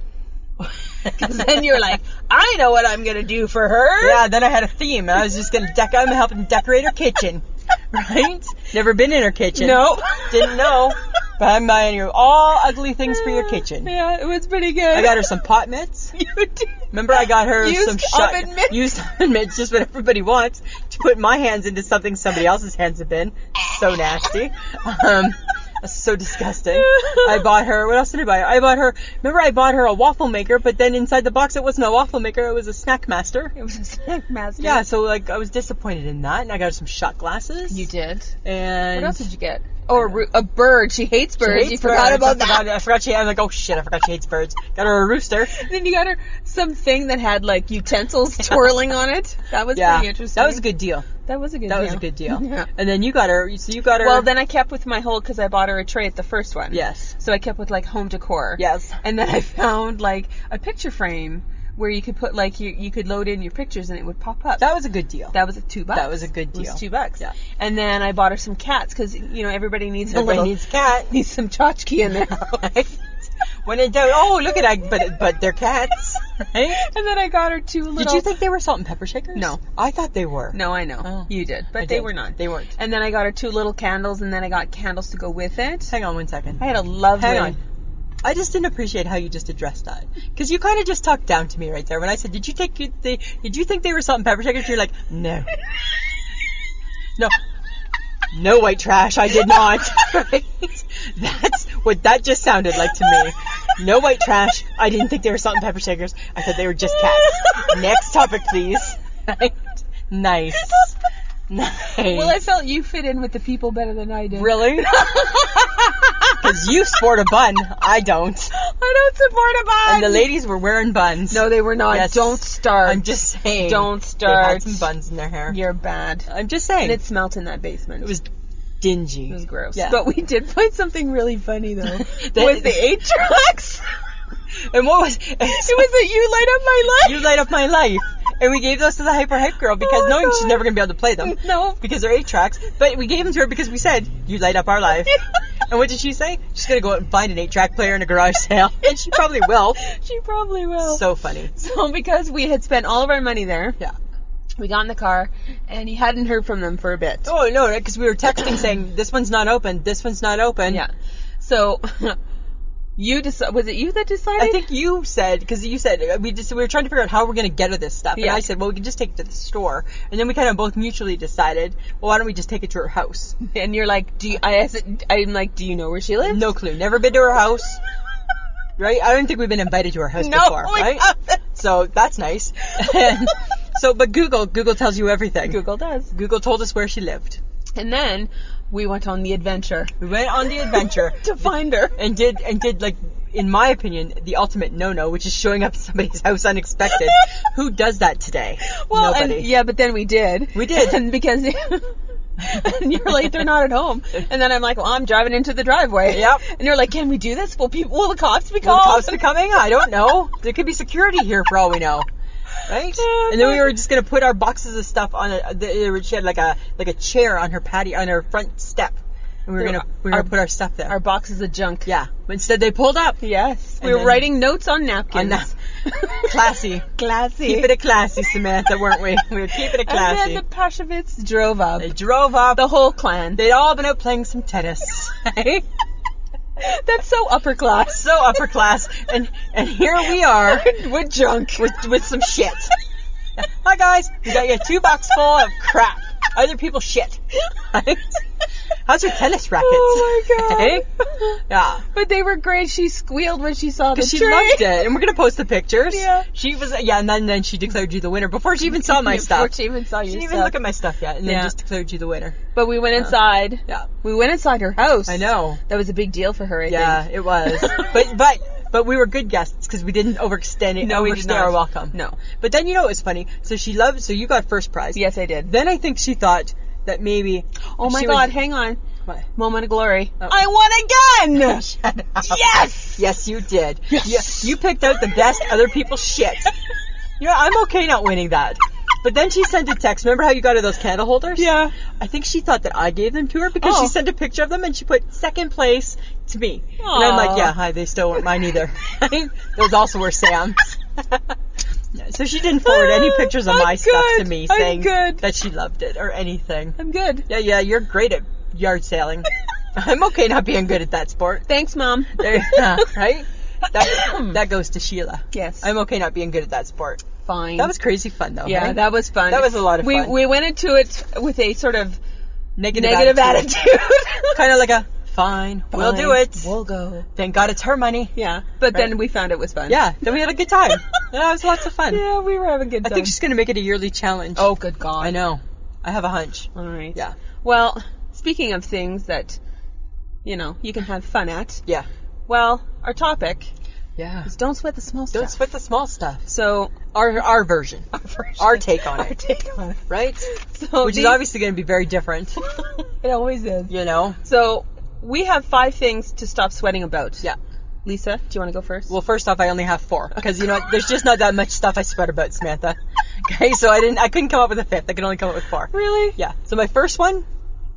[SPEAKER 1] Because then you're like, I know what I'm gonna do for her.
[SPEAKER 2] Yeah, then I had a theme. I was just gonna dec I'm helping decorate her kitchen. Right? Never been in her kitchen.
[SPEAKER 1] No.
[SPEAKER 2] Didn't know. But I'm buying you all ugly things for your kitchen.
[SPEAKER 1] Yeah, it was pretty good.
[SPEAKER 2] I got her some pot mitts.
[SPEAKER 1] You did.
[SPEAKER 2] Remember I got her
[SPEAKER 1] Used
[SPEAKER 2] some shot
[SPEAKER 1] oven mitts.
[SPEAKER 2] used oven mitts, just what everybody wants, to put my hands into something somebody else's hands have been. So nasty. Um that's so disgusting. I bought her what else did I buy? her? I bought her remember I bought her a waffle maker, but then inside the box it wasn't a waffle maker, it was a snack master.
[SPEAKER 1] It was a snack master.
[SPEAKER 2] Yeah, so like I was disappointed in that, and I got her some shot glasses.
[SPEAKER 1] You did.
[SPEAKER 2] And
[SPEAKER 1] What else did you get? Oh, a, roo- a bird. She hates
[SPEAKER 2] She
[SPEAKER 1] birds.
[SPEAKER 2] hates
[SPEAKER 1] you forgot
[SPEAKER 2] birds.
[SPEAKER 1] about
[SPEAKER 2] I
[SPEAKER 1] that.
[SPEAKER 2] Forgot, I forgot she. I'm like, oh shit, I forgot she hates birds. Got her a rooster.
[SPEAKER 1] Then you got her something that had like utensils twirling on it. That was
[SPEAKER 2] Yeah,
[SPEAKER 1] pretty interesting.
[SPEAKER 2] that was a good deal.
[SPEAKER 1] That was a good.
[SPEAKER 2] That
[SPEAKER 1] deal.
[SPEAKER 2] was a good deal.
[SPEAKER 1] Yeah.
[SPEAKER 2] And then you got her. So you got her.
[SPEAKER 1] Well, then I kept with my whole because I bought her a tray at the first one.
[SPEAKER 2] Yes.
[SPEAKER 1] So I kept with like home decor.
[SPEAKER 2] Yes.
[SPEAKER 1] And then I found like a picture frame where you could put like you you could load in your pictures and it would pop up.
[SPEAKER 2] That was a good deal.
[SPEAKER 1] That was a two bucks.
[SPEAKER 2] That was a good
[SPEAKER 1] It was
[SPEAKER 2] deal.
[SPEAKER 1] two bucks.
[SPEAKER 2] Yeah.
[SPEAKER 1] And then I bought her some cats because you know everybody needs a
[SPEAKER 2] Everybody
[SPEAKER 1] little
[SPEAKER 2] needs a cat.
[SPEAKER 1] needs some tchotchke in there.
[SPEAKER 2] Right? when it does, oh look at that, but but they're cats, right?
[SPEAKER 1] And then I got her two little.
[SPEAKER 2] Did you think they were salt and pepper shakers?
[SPEAKER 1] No.
[SPEAKER 2] I thought they were.
[SPEAKER 1] No, I know
[SPEAKER 2] Oh.
[SPEAKER 1] you did, but
[SPEAKER 2] I
[SPEAKER 1] they
[SPEAKER 2] did.
[SPEAKER 1] were not.
[SPEAKER 2] They weren't.
[SPEAKER 1] And then I got her two little candles, and then I got candles to go with it.
[SPEAKER 2] Hang on one second.
[SPEAKER 1] I had a lovely.
[SPEAKER 2] Hang on. I just didn't appreciate how you just addressed that because you kind of just talked down to me right there when I said, "Did you take you- the? Did you think they were salt and pepper shakers?" You're like, "No, no, no white trash. I did not." Right? That's what that just sounded like to me. No white trash. I didn't think they were salt and pepper shakers. I thought they were just cats. Next topic, please. Right? Nice. Nice.
[SPEAKER 1] Well, I felt you fit in with the people better than I did.
[SPEAKER 2] really? Because you sport a bun. I don't.
[SPEAKER 1] I don't support a bun.
[SPEAKER 2] And the ladies were wearing buns.
[SPEAKER 1] No, they were not.
[SPEAKER 2] Yes.
[SPEAKER 1] Don't start.
[SPEAKER 2] I'm just saying.
[SPEAKER 1] Don't
[SPEAKER 2] They
[SPEAKER 1] start.
[SPEAKER 2] had some buns in their hair.
[SPEAKER 1] You're bad.
[SPEAKER 2] I'm just saying.
[SPEAKER 1] And it smelt in that basement.
[SPEAKER 2] it was dingy.
[SPEAKER 1] It was gross.
[SPEAKER 2] Yeah.
[SPEAKER 1] But we did find something really funny though.
[SPEAKER 2] That
[SPEAKER 1] was the
[SPEAKER 2] is-
[SPEAKER 1] eight trucks.
[SPEAKER 2] and what was?
[SPEAKER 1] it was that you light up my life.
[SPEAKER 2] you light up my life. And we gave those to the hyper hype girl because
[SPEAKER 1] Oh my
[SPEAKER 2] knowing
[SPEAKER 1] God.
[SPEAKER 2] she's never gonna be able to play them.
[SPEAKER 1] No.
[SPEAKER 2] Because they're eight tracks. But we gave them to her because we said you light up our life. and what did she say? She's gonna go out and find an eight track player in a garage sale, and she probably will.
[SPEAKER 1] she probably will.
[SPEAKER 2] So funny.
[SPEAKER 1] so because we had spent all of our money there,
[SPEAKER 2] Yeah.
[SPEAKER 1] we got in the car and he hadn't heard from them for a bit.
[SPEAKER 2] Oh no, because we were texting saying this one's not open, this one's not open.
[SPEAKER 1] Yeah. So you decided was it you that decided?
[SPEAKER 2] I think you said because you said uh, we just we were trying to figure out how we're gonna get her this stuff, and
[SPEAKER 1] Yeah.
[SPEAKER 2] I said, well, we can just take it to the store, and then we kind of both mutually decided, well, why don't we just take it to her house?
[SPEAKER 1] and you're like, do you, I asked, I'm like, do you know where she lives?
[SPEAKER 2] No clue, never been to her house, right? I don't think we've been invited to her house
[SPEAKER 1] No,
[SPEAKER 2] before,
[SPEAKER 1] we
[SPEAKER 2] right?
[SPEAKER 1] haven't.
[SPEAKER 2] So that's nice. And so, but Google, Google tells you everything.
[SPEAKER 1] Google does.
[SPEAKER 2] Google told us where she lived.
[SPEAKER 1] And then we went on the adventure
[SPEAKER 2] We went on the adventure
[SPEAKER 1] to find her.
[SPEAKER 2] and did and did like. In my opinion, the ultimate no-no, which is showing up at somebody's house unexpected. Who does that today?
[SPEAKER 1] Well,
[SPEAKER 2] Nobody.
[SPEAKER 1] and yeah, but then we did.
[SPEAKER 2] We did.
[SPEAKER 1] and because and you're like, they're not at home. And then I'm like, well, I'm driving into the driveway.
[SPEAKER 2] Yep.
[SPEAKER 1] And you're like, can we do this? Will people? Will the cops be
[SPEAKER 2] Will
[SPEAKER 1] called?
[SPEAKER 2] the cops be coming? I don't know. There could be security here for all we know. Right?
[SPEAKER 1] Yeah,
[SPEAKER 2] and then
[SPEAKER 1] but-
[SPEAKER 2] we were just gonna put our boxes of stuff on a. They were- she had like a like a chair on her patio on her front step, and we were
[SPEAKER 1] There-
[SPEAKER 2] gonna we were
[SPEAKER 1] our-
[SPEAKER 2] gonna put our stuff there.
[SPEAKER 1] Our boxes of junk.
[SPEAKER 2] yeah. But instead, they pulled up.
[SPEAKER 1] Yes.
[SPEAKER 2] And
[SPEAKER 1] we were
[SPEAKER 2] then-
[SPEAKER 1] writing notes on napkins.
[SPEAKER 2] On that classy.
[SPEAKER 1] Classy.
[SPEAKER 2] Keep it a classy, Samantha, weren't we? We were keeping it classy.
[SPEAKER 1] And then the Pashovits drove up.
[SPEAKER 2] they drove up.
[SPEAKER 1] the whole clan.
[SPEAKER 2] They'd all been out playing some tennis. right?
[SPEAKER 1] That's so upper class.
[SPEAKER 2] so upper class, and and here we are.
[SPEAKER 1] With junk.
[SPEAKER 2] with with some shit. Hi guys, we got you a two box full of crap. Other people's shit. Right? How's your tennis rackets?
[SPEAKER 1] Oh my God.
[SPEAKER 2] Hey? Yeah.
[SPEAKER 1] But they were great. She squealed when she saw the
[SPEAKER 2] Because she
[SPEAKER 1] tree.
[SPEAKER 2] loved it, and we're gonna post the pictures.
[SPEAKER 1] Yeah.
[SPEAKER 2] She was yeah, and then, then she declared you the winner before she even saw my
[SPEAKER 1] Before
[SPEAKER 2] stuff.
[SPEAKER 1] she even saw
[SPEAKER 2] She
[SPEAKER 1] your
[SPEAKER 2] didn't even
[SPEAKER 1] stuff.
[SPEAKER 2] look at my stuff yet, and
[SPEAKER 1] Yeah.
[SPEAKER 2] then just declared you the winner.
[SPEAKER 1] But we went inside.
[SPEAKER 2] Yeah.
[SPEAKER 1] We went inside her house.
[SPEAKER 2] I know.
[SPEAKER 1] That was a big deal for her, I
[SPEAKER 2] Yeah,
[SPEAKER 1] think.
[SPEAKER 2] it was. but but but we were good guests because we didn't overextend it.
[SPEAKER 1] No, we did
[SPEAKER 2] overstay
[SPEAKER 1] not.
[SPEAKER 2] our welcome.
[SPEAKER 1] No.
[SPEAKER 2] But then you know it was funny. So she loved. So you got first prize.
[SPEAKER 1] Yes, I did.
[SPEAKER 2] Then I think she thought that maybe.
[SPEAKER 1] Oh my
[SPEAKER 2] she
[SPEAKER 1] god,
[SPEAKER 2] was-
[SPEAKER 1] hang on.
[SPEAKER 2] What?
[SPEAKER 1] Moment of glory.
[SPEAKER 2] Oh.
[SPEAKER 1] I won again!
[SPEAKER 2] Shut up.
[SPEAKER 1] Yes!
[SPEAKER 2] Yes, you did. Yes. You, picked out the best other people's shit. You know, I'm okay not winning that. But then she sent a text. Remember how you got her those candle holders?
[SPEAKER 1] Yeah.
[SPEAKER 2] I think she thought that I gave them to her because
[SPEAKER 1] Oh.
[SPEAKER 2] she sent a picture of them and she put second place to me. And I'm
[SPEAKER 1] Aw.
[SPEAKER 2] like, yeah, hi, they still weren't mine either. those also were Sam's. so she didn't forward any pictures of
[SPEAKER 1] I'm
[SPEAKER 2] my stuff to
[SPEAKER 1] good.
[SPEAKER 2] me
[SPEAKER 1] I'm
[SPEAKER 2] saying
[SPEAKER 1] good.
[SPEAKER 2] that she loved it or anything.
[SPEAKER 1] I'm good.
[SPEAKER 2] Yeah, yeah, you're great at yard sailing. I'm okay not being good at that sport.
[SPEAKER 1] Thanks, Mom.
[SPEAKER 2] There, yeah, right? That, that goes to Sheila.
[SPEAKER 1] Yes.
[SPEAKER 2] I'm okay not being good at that sport.
[SPEAKER 1] fine.
[SPEAKER 2] That was crazy fun though.
[SPEAKER 1] Yeah,
[SPEAKER 2] right?
[SPEAKER 1] that was fun.
[SPEAKER 2] That was a lot of
[SPEAKER 1] we,
[SPEAKER 2] fun.
[SPEAKER 1] We went into it with a sort of
[SPEAKER 2] negative,
[SPEAKER 1] negative
[SPEAKER 2] attitude.
[SPEAKER 1] attitude.
[SPEAKER 2] kind of like a fine, we'll do it.
[SPEAKER 1] We'll go.
[SPEAKER 2] Thank God it's her money.
[SPEAKER 1] Yeah. But then
[SPEAKER 2] Right.
[SPEAKER 1] we found it was fun.
[SPEAKER 2] Yeah, then we had a good time. yeah, it was lots of fun.
[SPEAKER 1] Yeah, we were having a good
[SPEAKER 2] I
[SPEAKER 1] time.
[SPEAKER 2] think she's gonna make it a yearly challenge.
[SPEAKER 1] Oh, good God.
[SPEAKER 2] I know. I have a hunch.
[SPEAKER 1] All right.
[SPEAKER 2] Yeah.
[SPEAKER 1] Well, speaking of things that, you know, you can have fun at,
[SPEAKER 2] Yeah.
[SPEAKER 1] well, our topic
[SPEAKER 2] Yeah.
[SPEAKER 1] is don't sweat the small
[SPEAKER 2] Don't
[SPEAKER 1] stuff.
[SPEAKER 2] sweat the small stuff.
[SPEAKER 1] So,
[SPEAKER 2] Our our version. Our take on
[SPEAKER 1] Our
[SPEAKER 2] it.
[SPEAKER 1] take on it.
[SPEAKER 2] Right?
[SPEAKER 1] So
[SPEAKER 2] Which is
[SPEAKER 1] these-
[SPEAKER 2] obviously gonna be very different.
[SPEAKER 1] It always is.
[SPEAKER 2] You know?
[SPEAKER 1] So we have five things to stop sweating about.
[SPEAKER 2] Yeah.
[SPEAKER 1] Lisa, do you want to go first?
[SPEAKER 2] Well, first off, I only have four because you know what, there's just not that much stuff I sweat about, Samantha. Okay, so I didn't, I couldn't come up with a fifth. I could only come up with four.
[SPEAKER 1] really?
[SPEAKER 2] Yeah. So my first one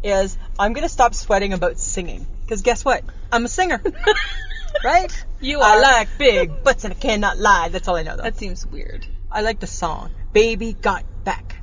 [SPEAKER 2] is I'm gonna stop sweating about singing because guess what? I'm a singer, right?
[SPEAKER 1] You
[SPEAKER 2] I
[SPEAKER 1] are.
[SPEAKER 2] like big butts and I cannot lie. That's all I know though.
[SPEAKER 1] That seems weird.
[SPEAKER 2] I like the song "Baby Got Back."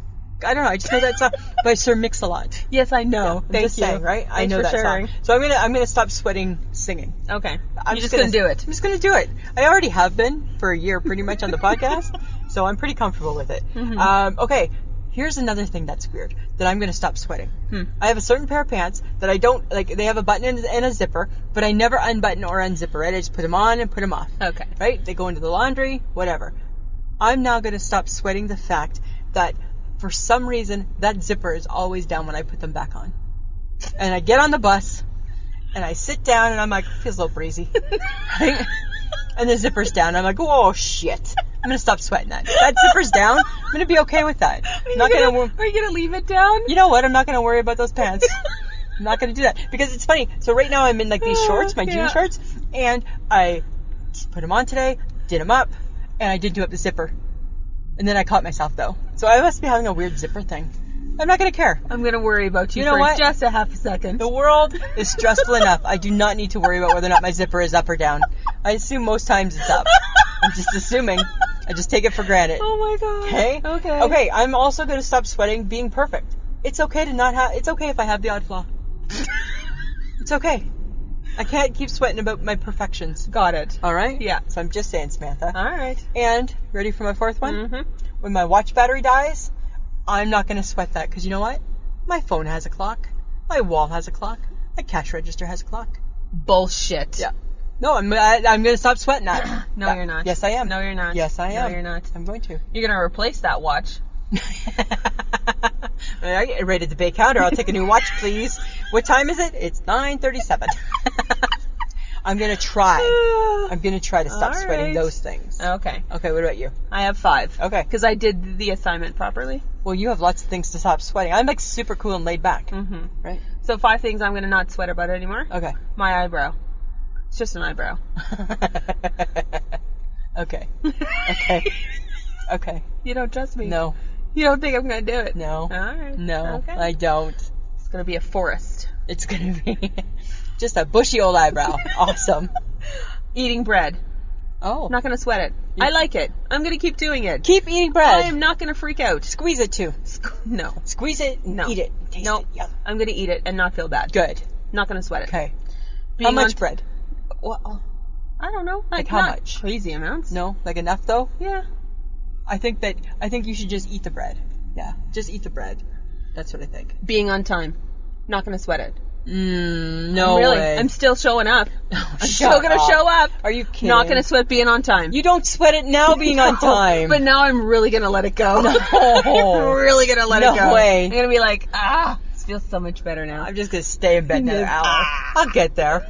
[SPEAKER 2] I don't know. I just know that song by Sir Mix-a-Lot.
[SPEAKER 1] Yes, I know.
[SPEAKER 2] I'm
[SPEAKER 1] Thank
[SPEAKER 2] just
[SPEAKER 1] you.
[SPEAKER 2] saying, right? I
[SPEAKER 1] Thanks
[SPEAKER 2] know
[SPEAKER 1] for
[SPEAKER 2] that
[SPEAKER 1] sharing.
[SPEAKER 2] song. So I'm gonna I'm gonna stop sweating singing.
[SPEAKER 1] Okay.
[SPEAKER 2] I'm
[SPEAKER 1] You're just gonna, do it.
[SPEAKER 2] I'm just gonna do it. I already have been for a year, pretty much on the podcast, so I'm pretty comfortable with it.
[SPEAKER 1] Mm-hmm.
[SPEAKER 2] Um, okay, here's another thing that's weird that I'm gonna stop sweating.
[SPEAKER 1] Hmm.
[SPEAKER 2] I have a certain pair of pants that I don't like. They have a button and, and a zipper, but I never unbutton or unzipper. Right? I just put them on and put them off.
[SPEAKER 1] Okay.
[SPEAKER 2] Right? They go into the laundry, whatever. I'm now gonna stop sweating the fact that for some reason that zipper is always down when I put them back on. And I get on the bus and I sit down and I'm like, feels a little breezy. Right? and the zipper's down. I'm like, oh shit. I'm gonna stop sweating that. If that zipper's down. I'm gonna be okay with that.
[SPEAKER 1] Are
[SPEAKER 2] I'm
[SPEAKER 1] you
[SPEAKER 2] not gonna, wor-
[SPEAKER 1] Are you gonna leave it down?
[SPEAKER 2] you know what? I'm not gonna worry about those pants. I'm not gonna do that because it's funny. So right now I'm in like these shorts, my
[SPEAKER 1] Yeah.
[SPEAKER 2] jean shorts, and I put them on today, did them up, and I did do up the zipper. And then I caught myself though. So I must be having a weird zipper thing. I'm not gonna care.
[SPEAKER 1] I'm gonna worry about you,
[SPEAKER 2] You know
[SPEAKER 1] for
[SPEAKER 2] what?
[SPEAKER 1] just a half a second.
[SPEAKER 2] The world is stressful enough. I do not need to worry about whether or not my zipper is up or down. I assume most times it's up. I'm just assuming. I just take it for granted.
[SPEAKER 1] Oh my god.
[SPEAKER 2] Okay.
[SPEAKER 1] Okay.
[SPEAKER 2] Okay. I'm also going to stop sweating being perfect. It's okay to not have. It's okay if I have the odd flaw. it's okay. I can't keep sweating about my perfections.
[SPEAKER 1] Got it.
[SPEAKER 2] All right.
[SPEAKER 1] Yeah.
[SPEAKER 2] So I'm just saying, Samantha.
[SPEAKER 1] All right.
[SPEAKER 2] And ready for my fourth one?
[SPEAKER 1] Mhm.
[SPEAKER 2] When my watch battery dies, I'm not going to sweat that because you know what? My phone has a clock. My wall has a clock. My cash register has a clock.
[SPEAKER 1] Bullshit.
[SPEAKER 2] Yeah. No, I'm I, I'm going to stop sweating that.
[SPEAKER 1] No,
[SPEAKER 2] That-
[SPEAKER 1] you're not.
[SPEAKER 2] Yes, I am.
[SPEAKER 1] No, you're not.
[SPEAKER 2] Yes, I
[SPEAKER 1] No,
[SPEAKER 2] am.
[SPEAKER 1] you're not.
[SPEAKER 2] I'm going to.
[SPEAKER 1] You're gonna replace that watch.
[SPEAKER 2] When I get right at the bay counter. I'll take a new watch, please. What time is it? It's 9:37. I'm gonna try. I'm gonna try to stop
[SPEAKER 1] All
[SPEAKER 2] sweating
[SPEAKER 1] right.
[SPEAKER 2] those things.
[SPEAKER 1] Okay.
[SPEAKER 2] Okay, what about you?
[SPEAKER 1] I have five.
[SPEAKER 2] Okay.
[SPEAKER 1] Because I did the assignment properly.
[SPEAKER 2] Well, you have lots of things to stop sweating. I'm like super cool and laid back,
[SPEAKER 1] Mm-hmm.
[SPEAKER 2] right?
[SPEAKER 1] So five things I'm gonna not sweat about anymore.
[SPEAKER 2] Okay.
[SPEAKER 1] My eyebrow. It's just an eyebrow.
[SPEAKER 2] okay. Okay. Okay.
[SPEAKER 1] You don't trust me.
[SPEAKER 2] No.
[SPEAKER 1] You don't think I'm gonna do it.
[SPEAKER 2] No.
[SPEAKER 1] All right.
[SPEAKER 2] No.
[SPEAKER 1] Okay.
[SPEAKER 2] I don't.
[SPEAKER 1] It's gonna be a forest.
[SPEAKER 2] It's gonna be just a bushy old eyebrow. awesome.
[SPEAKER 1] Eating bread.
[SPEAKER 2] Oh.
[SPEAKER 1] I'm not gonna sweat it. I like it. I'm gonna keep doing it.
[SPEAKER 2] Keep eating bread.
[SPEAKER 1] I am not gonna freak out.
[SPEAKER 2] Squeeze it too.
[SPEAKER 1] No.
[SPEAKER 2] Squeeze it. and
[SPEAKER 1] No.
[SPEAKER 2] Eat it. Taste
[SPEAKER 1] Nope.
[SPEAKER 2] it. Yum.
[SPEAKER 1] I'm gonna eat it and not feel bad.
[SPEAKER 2] Good.
[SPEAKER 1] Not gonna sweat it.
[SPEAKER 2] Okay.
[SPEAKER 1] Being
[SPEAKER 2] how much
[SPEAKER 1] on-
[SPEAKER 2] bread?
[SPEAKER 1] Well, I don't know. Like,
[SPEAKER 2] Like, how
[SPEAKER 1] not
[SPEAKER 2] much?
[SPEAKER 1] Crazy amounts.
[SPEAKER 2] No, like enough though.
[SPEAKER 1] Yeah.
[SPEAKER 2] I think that I think you should just eat the bread. Yeah, just eat the bread. That's what I think.
[SPEAKER 1] Being on time. Not gonna sweat it.
[SPEAKER 2] Mm, no
[SPEAKER 1] really?
[SPEAKER 2] way.
[SPEAKER 1] I'm still showing up. I'm
[SPEAKER 2] Shut
[SPEAKER 1] still gonna
[SPEAKER 2] up.
[SPEAKER 1] show up.
[SPEAKER 2] Are you kidding?
[SPEAKER 1] Not gonna sweat being on time.
[SPEAKER 2] You don't sweat it now being on time.
[SPEAKER 1] But now I'm really gonna let it go. I'm really gonna let
[SPEAKER 2] No
[SPEAKER 1] it go.
[SPEAKER 2] way.
[SPEAKER 1] I'm gonna be like, ah, this feels so much better now.
[SPEAKER 2] I'm just gonna stay in bed another
[SPEAKER 1] Yes.
[SPEAKER 2] hour. I'll get there.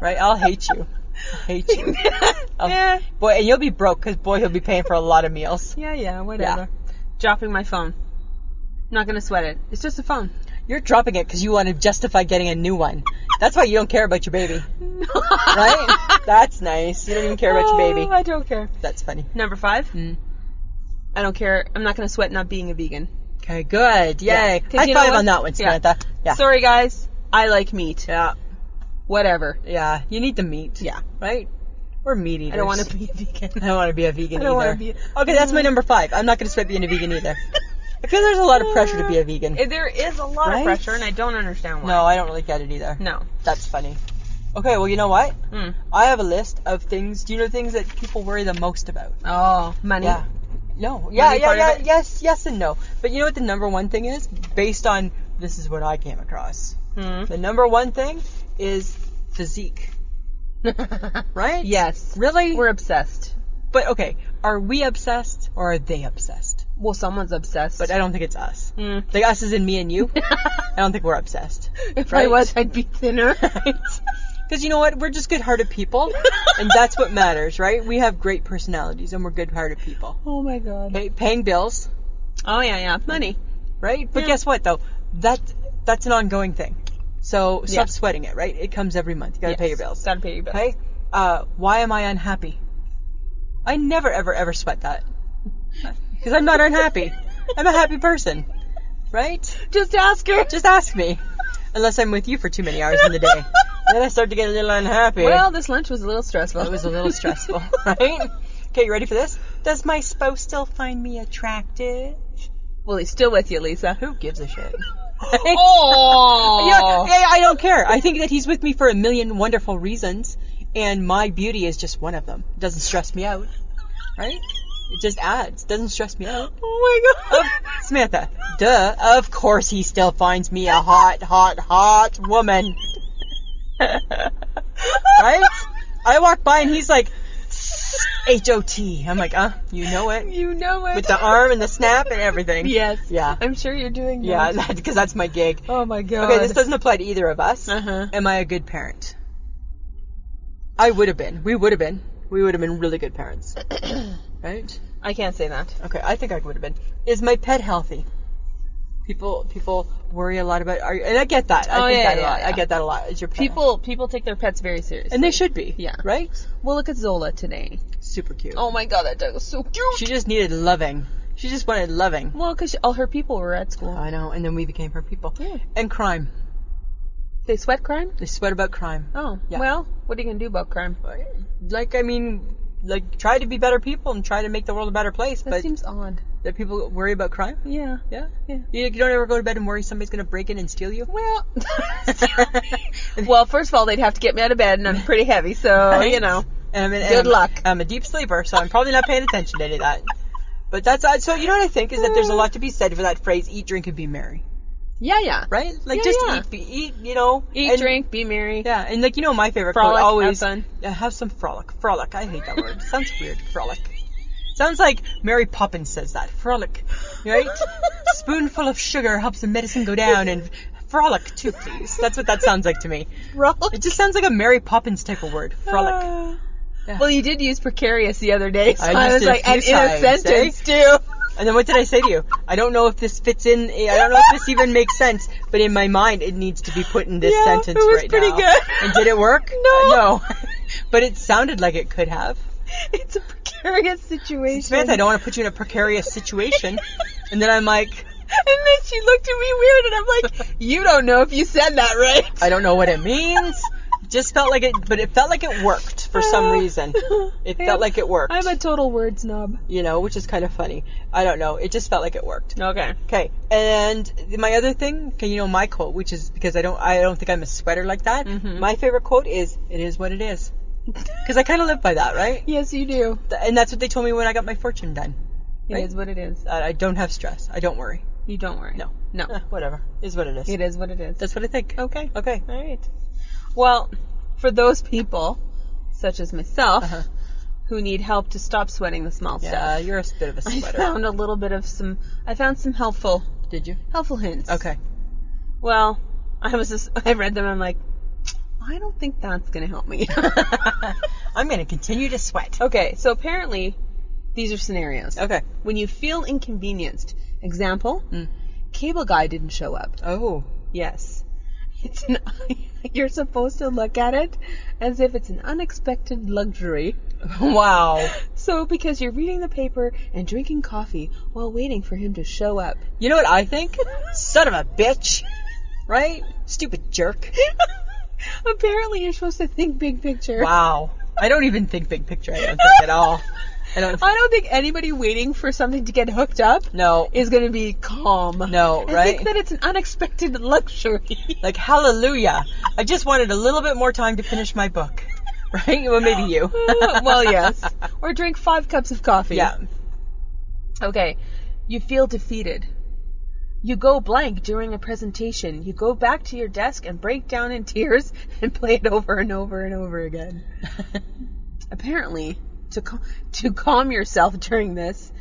[SPEAKER 2] Right? I'll hate you. I'll hate you. I'll-
[SPEAKER 1] Yeah.
[SPEAKER 2] Boy, and you'll be broke because boy, he'll be paying for a lot of meals.
[SPEAKER 1] Yeah, yeah, whatever. Dropping my phone. Not gonna sweat it. It's just a phone.
[SPEAKER 2] You're dropping it because you want to justify getting a new one. That's why you don't care about your baby. right? That's nice. You don't even care about your
[SPEAKER 1] Oh,
[SPEAKER 2] baby. Mm.
[SPEAKER 1] I don't care.
[SPEAKER 2] That's funny.
[SPEAKER 1] Number five. I don't care. I'm not gonna sweat not being a vegan.
[SPEAKER 2] Okay, good. Yay.
[SPEAKER 1] Yeah. 'Cause
[SPEAKER 2] High
[SPEAKER 1] you know
[SPEAKER 2] five
[SPEAKER 1] what?
[SPEAKER 2] on that one,
[SPEAKER 1] Yeah.
[SPEAKER 2] Samantha. Yeah.
[SPEAKER 1] Sorry guys, I like meat.
[SPEAKER 2] yeah.
[SPEAKER 1] Whatever.
[SPEAKER 2] Yeah. You need the meat.
[SPEAKER 1] Yeah.
[SPEAKER 2] Right? We're meat eaters.
[SPEAKER 1] I don't want to be a vegan.
[SPEAKER 2] I don't want to be a vegan
[SPEAKER 1] I don't wanna
[SPEAKER 2] either.
[SPEAKER 1] be-
[SPEAKER 2] Okay, that's my number five. I'm not going to sweat being a vegan either. I feel there's a lot of pressure to be a vegan.
[SPEAKER 1] Eh, There is a lot
[SPEAKER 2] Right?
[SPEAKER 1] of pressure, and I don't understand why.
[SPEAKER 2] no, I don't really get it either.
[SPEAKER 1] No.
[SPEAKER 2] That's funny. Okay, well, you know what?
[SPEAKER 1] Mm.
[SPEAKER 2] I have a list of things. Do you know things that people worry the most about?
[SPEAKER 1] Oh, money.
[SPEAKER 2] Yeah. No. Yeah, yeah,
[SPEAKER 1] part of
[SPEAKER 2] yeah.
[SPEAKER 1] it?
[SPEAKER 2] Yes, yes, and no. But you know what the number one thing is? Based on this is what I came across.
[SPEAKER 1] Mm.
[SPEAKER 2] The number one thing is physique, right?
[SPEAKER 1] yes.
[SPEAKER 2] Really?
[SPEAKER 1] We're obsessed.
[SPEAKER 2] but okay, are we obsessed or are they obsessed?
[SPEAKER 1] Well, someone's obsessed.
[SPEAKER 2] But I don't think it's us.
[SPEAKER 1] Mm.
[SPEAKER 2] Like us is in me and you. I don't think we're obsessed.
[SPEAKER 1] if I
[SPEAKER 2] right?
[SPEAKER 1] was, I'd be thinner.
[SPEAKER 2] Because you know what? We're just good-hearted people, and that's what matters, right? We have great personalities, and we're good-hearted people.
[SPEAKER 1] oh my god.
[SPEAKER 2] Okay, paying bills,
[SPEAKER 1] Oh yeah, yeah. Money.
[SPEAKER 2] right? But
[SPEAKER 1] Yeah.
[SPEAKER 2] guess what though? That that's an ongoing thing. So stop
[SPEAKER 1] Yeah.
[SPEAKER 2] sweating it, right? It comes every month. You gotta pay your bills.
[SPEAKER 1] Gotta pay your bills.
[SPEAKER 2] Okay? uh, why am I unhappy? I never, ever, ever sweat that. Because I'm not unhappy. I'm a happy person. Right?
[SPEAKER 1] Just ask her.
[SPEAKER 2] Just ask me. Unless I'm with you for too many hours in the day. then I start to get a little unhappy.
[SPEAKER 1] Well, this lunch was a little stressful.
[SPEAKER 2] it was a little stressful, right? Okay, you ready for this? Does my spouse still find me attractive?
[SPEAKER 1] well, he's still with you, Lisa.
[SPEAKER 2] Who gives a shit?
[SPEAKER 1] Oh.
[SPEAKER 2] Yeah, yeah, I don't care. I think that he's with me for a million wonderful reasons, and my beauty is just one of them. It doesn't stress me out, right? It just adds. Doesn't stress me out.
[SPEAKER 1] Oh my
[SPEAKER 2] Of-
[SPEAKER 1] god.
[SPEAKER 2] Samantha, duh. Of course he still finds me a hot, hot, hot woman. right? I walk by and he's like, H O T. I'm like, uh, you know it.
[SPEAKER 1] You know it.
[SPEAKER 2] With the arm and the snap and everything.
[SPEAKER 1] Yes.
[SPEAKER 2] Yeah.
[SPEAKER 1] I'm sure you're doing
[SPEAKER 2] Yeah,
[SPEAKER 1] that.
[SPEAKER 2] because that's my gig.
[SPEAKER 1] Oh my god.
[SPEAKER 2] Okay, this doesn't apply to either of us.
[SPEAKER 1] Uh-huh.
[SPEAKER 2] Am I a good parent? I would have been. We would have been. We would have been really good parents. right?
[SPEAKER 1] I can't say that.
[SPEAKER 2] Okay, I think I would have been. Is my pet healthy? People people worry a lot about are you, and I get that. I
[SPEAKER 1] Oh,
[SPEAKER 2] think
[SPEAKER 1] yeah,
[SPEAKER 2] that a
[SPEAKER 1] yeah,
[SPEAKER 2] lot. I
[SPEAKER 1] yeah.
[SPEAKER 2] get that a lot. Is your pet
[SPEAKER 1] People people take their pets very seriously.
[SPEAKER 2] and they should be.
[SPEAKER 1] Yeah.
[SPEAKER 2] Right?
[SPEAKER 1] Well, look at Zola today.
[SPEAKER 2] Super cute.
[SPEAKER 1] Oh my god, that dog was so cute.
[SPEAKER 2] She just needed loving. She just wanted loving.
[SPEAKER 1] well, because all her people were at school.
[SPEAKER 2] I know, and then we became her people.
[SPEAKER 1] Yeah.
[SPEAKER 2] And crime.
[SPEAKER 1] They sweat crime?
[SPEAKER 2] They sweat about crime.
[SPEAKER 1] Oh,
[SPEAKER 2] Yeah.
[SPEAKER 1] well, what are you going to do about crime?
[SPEAKER 2] Like I mean like try to be better people and try to make the world a better place,
[SPEAKER 1] That
[SPEAKER 2] but
[SPEAKER 1] seems odd.
[SPEAKER 2] that people worry about crime?
[SPEAKER 1] Yeah.
[SPEAKER 2] Yeah.
[SPEAKER 1] Yeah.
[SPEAKER 2] You, you don't ever go to bed and worry somebody's going to break in and steal you?
[SPEAKER 1] Well, well, first of all, they'd have to get me out of bed, and I'm pretty heavy, so, you know.
[SPEAKER 2] And I'm an, and
[SPEAKER 1] Good
[SPEAKER 2] I'm-
[SPEAKER 1] luck.
[SPEAKER 2] I'm a deep sleeper, so I'm probably not paying attention to any of that. But that's uh, so. You know what I think is that there's a lot to be said for that phrase: eat, drink, and be merry.
[SPEAKER 1] Yeah, yeah.
[SPEAKER 2] Right? Like
[SPEAKER 1] Yeah,
[SPEAKER 2] just
[SPEAKER 1] yeah.
[SPEAKER 2] eat, be, eat. You know,
[SPEAKER 1] Eat,
[SPEAKER 2] and-
[SPEAKER 1] drink, be merry.
[SPEAKER 2] Yeah, and like you know, my favorite
[SPEAKER 1] Frolic,
[SPEAKER 2] quote
[SPEAKER 1] have
[SPEAKER 2] always:
[SPEAKER 1] fun.
[SPEAKER 2] Yeah, have some frolic. Frolic. I hate that word. Sounds weird. Frolic. Sounds like Mary Poppins says that. Frolic, right? Spoonful of sugar helps the medicine go down, and frolic too, please. That's what that sounds like to me.
[SPEAKER 1] Frolic.
[SPEAKER 2] It just sounds like a Mary Poppins type of word. Frolic.
[SPEAKER 1] Uh, Well, you did use precarious the other day, so
[SPEAKER 2] I
[SPEAKER 1] I,
[SPEAKER 2] used
[SPEAKER 1] was
[SPEAKER 2] it a
[SPEAKER 1] like,
[SPEAKER 2] few
[SPEAKER 1] and in a
[SPEAKER 2] times,
[SPEAKER 1] sentence, too.
[SPEAKER 2] And then what did I say to you? I don't know if this fits in. I don't know if this even makes sense, but in my mind, it needs to be put in this
[SPEAKER 1] Yeah,
[SPEAKER 2] sentence
[SPEAKER 1] it was
[SPEAKER 2] right
[SPEAKER 1] pretty
[SPEAKER 2] now.
[SPEAKER 1] good.
[SPEAKER 2] And did it work?
[SPEAKER 1] No.
[SPEAKER 2] No. but it sounded like it could have.
[SPEAKER 1] It's a precarious situation.
[SPEAKER 2] Samantha, I don't want to put you in a precarious situation. and then I'm like,
[SPEAKER 1] And then she looked at me weird, and I'm like, "You don't know if you said that right."
[SPEAKER 2] I don't know what it means. Just felt like it, but it felt like it worked for some reason. It felt like it worked.
[SPEAKER 1] Oh. I'm a total word snob.
[SPEAKER 2] you know, which is kind of funny. I don't know. It just felt like it worked.
[SPEAKER 1] Okay.
[SPEAKER 2] Okay, and my other thing, okay, you know my quote, which is because I don't, I don't think I'm a sweater like that.
[SPEAKER 1] Mm-hmm.
[SPEAKER 2] My favorite quote is, "It is what it is," because I kind of live by that, right?
[SPEAKER 1] Yes, you do.
[SPEAKER 2] Th- And that's what they told me when I got my fortune done.
[SPEAKER 1] It
[SPEAKER 2] Right.
[SPEAKER 1] is what it is.
[SPEAKER 2] That I don't have stress. I don't worry.
[SPEAKER 1] You don't worry.
[SPEAKER 2] No.
[SPEAKER 1] No.
[SPEAKER 2] Eh, whatever is what it is.
[SPEAKER 1] It is what it is.
[SPEAKER 2] That's what I think.
[SPEAKER 1] okay.
[SPEAKER 2] Okay.
[SPEAKER 1] All right. Well, for those people, such as myself,
[SPEAKER 2] Uh-huh.
[SPEAKER 1] who need help to stop sweating the small
[SPEAKER 2] Yeah,
[SPEAKER 1] stuff,
[SPEAKER 2] uh, you're a bit of a
[SPEAKER 1] I
[SPEAKER 2] sweater.
[SPEAKER 1] found a little bit of some. I found some helpful,
[SPEAKER 2] Did you?
[SPEAKER 1] helpful hints.
[SPEAKER 2] Okay.
[SPEAKER 1] Well, I was just. I read them. I'm like, I don't think that's gonna help me.
[SPEAKER 2] I'm gonna continue to sweat.
[SPEAKER 1] Okay, so apparently these are scenarios.
[SPEAKER 2] Okay. Mm.
[SPEAKER 1] When you feel inconvenienced. Example, cable guy didn't show up.
[SPEAKER 2] Oh.
[SPEAKER 1] Yes. It's an you're supposed to look at it as if it's an unexpected luxury.
[SPEAKER 2] Wow.
[SPEAKER 1] So because you're reading the paper and drinking coffee while waiting for him to show up.
[SPEAKER 2] You know what I think? Son of a bitch. Right? Stupid jerk.
[SPEAKER 1] Apparently you're supposed to think big picture.
[SPEAKER 2] Wow. I don't even think big picture. I don't think at all. I don't.
[SPEAKER 1] I don't think anybody waiting for something to get hooked up
[SPEAKER 2] No.
[SPEAKER 1] is going to be calm.
[SPEAKER 2] No,
[SPEAKER 1] I
[SPEAKER 2] right?
[SPEAKER 1] think that it's an unexpected luxury.
[SPEAKER 2] Like hallelujah. I just wanted a little bit more time to finish my book. Right? Well, maybe you.
[SPEAKER 1] well, yes. Or drink five cups of coffee.
[SPEAKER 2] yeah.
[SPEAKER 1] Okay. You feel defeated. You go blank during a presentation. You go back to your desk and break down in tears and play it over and over and over again. Apparently, to cal- to calm yourself during this,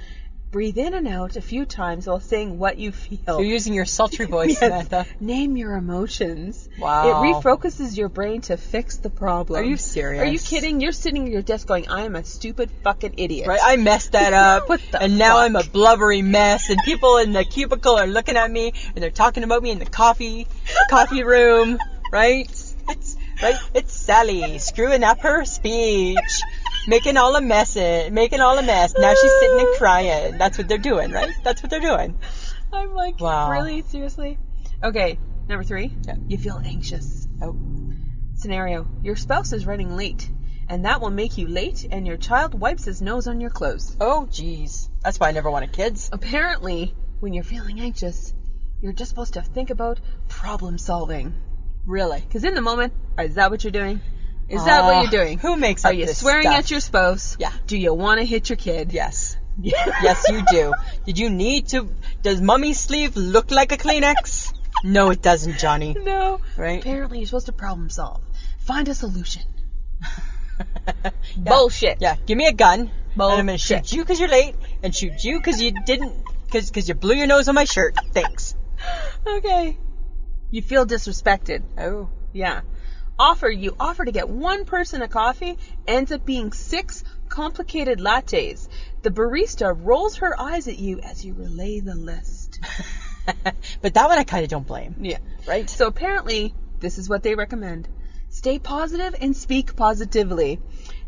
[SPEAKER 1] breathe in and out a few times while saying what you feel.
[SPEAKER 2] You're using your sultry voice, Samantha.
[SPEAKER 1] Name your emotions.
[SPEAKER 2] Wow.
[SPEAKER 1] It refocuses your brain to fix the problem.
[SPEAKER 2] Are you serious?
[SPEAKER 1] Are you kidding? You're sitting at your desk going, I am a stupid fucking idiot.
[SPEAKER 2] Right? I messed that up.
[SPEAKER 1] What the
[SPEAKER 2] and now
[SPEAKER 1] fuck?
[SPEAKER 2] I'm a blubbery mess and people in the cubicle are looking at me and they're talking about me in the coffee coffee room, right? It's right? It's Sally screwing up her speech, making all a mess, it, making all a mess. Now she's sitting and crying. That's what they're doing, right? That's what they're doing.
[SPEAKER 1] I'm like,
[SPEAKER 2] Wow.
[SPEAKER 1] really? Seriously? Okay, number three.
[SPEAKER 2] Yeah.
[SPEAKER 1] You feel anxious.
[SPEAKER 2] Oh,
[SPEAKER 1] Scenario Your spouse is running late, and that will make you late, and your child wipes his nose on your clothes.
[SPEAKER 2] oh, jeez. That's why I never wanted kids.
[SPEAKER 1] Apparently, when you're feeling anxious, you're just supposed to think about problem solving.
[SPEAKER 2] Really? Ah,
[SPEAKER 1] Because in the moment, is that what you're doing? Is that what you're doing?
[SPEAKER 2] Uh, Who makes
[SPEAKER 1] Are
[SPEAKER 2] up
[SPEAKER 1] you
[SPEAKER 2] this
[SPEAKER 1] swearing
[SPEAKER 2] stuff?
[SPEAKER 1] at your spouse?
[SPEAKER 2] Yeah.
[SPEAKER 1] Do you want to hit your kid?
[SPEAKER 2] Yes. yes, you do. Did you need to? Does mummy's sleeve look like a Kleenex? No, it doesn't, Johnny.
[SPEAKER 1] No.
[SPEAKER 2] Right?
[SPEAKER 1] Apparently, you're supposed to problem solve. Find a solution. Bullshit.
[SPEAKER 2] Yeah, give me a gun, and I'm gonna
[SPEAKER 1] Bullshit.
[SPEAKER 2] shoot you because you're late, and shoot you because you didn't, because because you blew your nose on my shirt. Thanks.
[SPEAKER 1] Okay. You feel disrespected.
[SPEAKER 2] Oh,
[SPEAKER 1] Yeah. Offer you offer to get one person a coffee ends up being six complicated lattes. The barista rolls her eyes at you as you relay the list.
[SPEAKER 2] but that one I kind of don't blame.
[SPEAKER 1] Yeah.
[SPEAKER 2] Right.
[SPEAKER 1] So apparently, this is what they recommend. Stay positive and speak positively.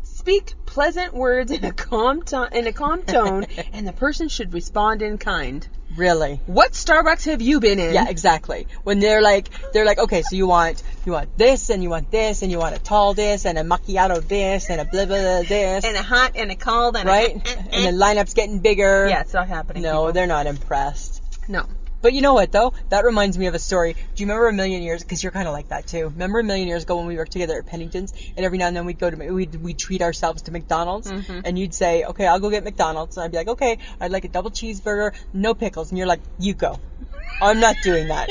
[SPEAKER 1] Speak pleasant words in a calm tone in a calm tone and the person should respond in kind.
[SPEAKER 2] Really.
[SPEAKER 1] What Starbucks have you been in?
[SPEAKER 2] Yeah, exactly. When they're like, they're like, okay, so you want, you want this, and you want this, and you want a tall this, and a macchiato this, and a blah blah, blah this,
[SPEAKER 1] And a hot and a cold and a-
[SPEAKER 2] right? And the lineup's getting bigger.
[SPEAKER 1] Yeah, it's not happening.
[SPEAKER 2] No,
[SPEAKER 1] people.
[SPEAKER 2] they're not impressed.
[SPEAKER 1] no.
[SPEAKER 2] But you know what though? That reminds me of a story. Do you remember a million years? Because you're kind of like that too. Remember a million years ago when we worked together at Pennington's, and every now and then we'd go to we'd we would treat ourselves to McDonald's, and you'd say, "Okay, I'll go get McDonald's," and I'd be like, "Okay, I'd like a double cheeseburger, no pickles," and you're like, "You go. I'm not doing that.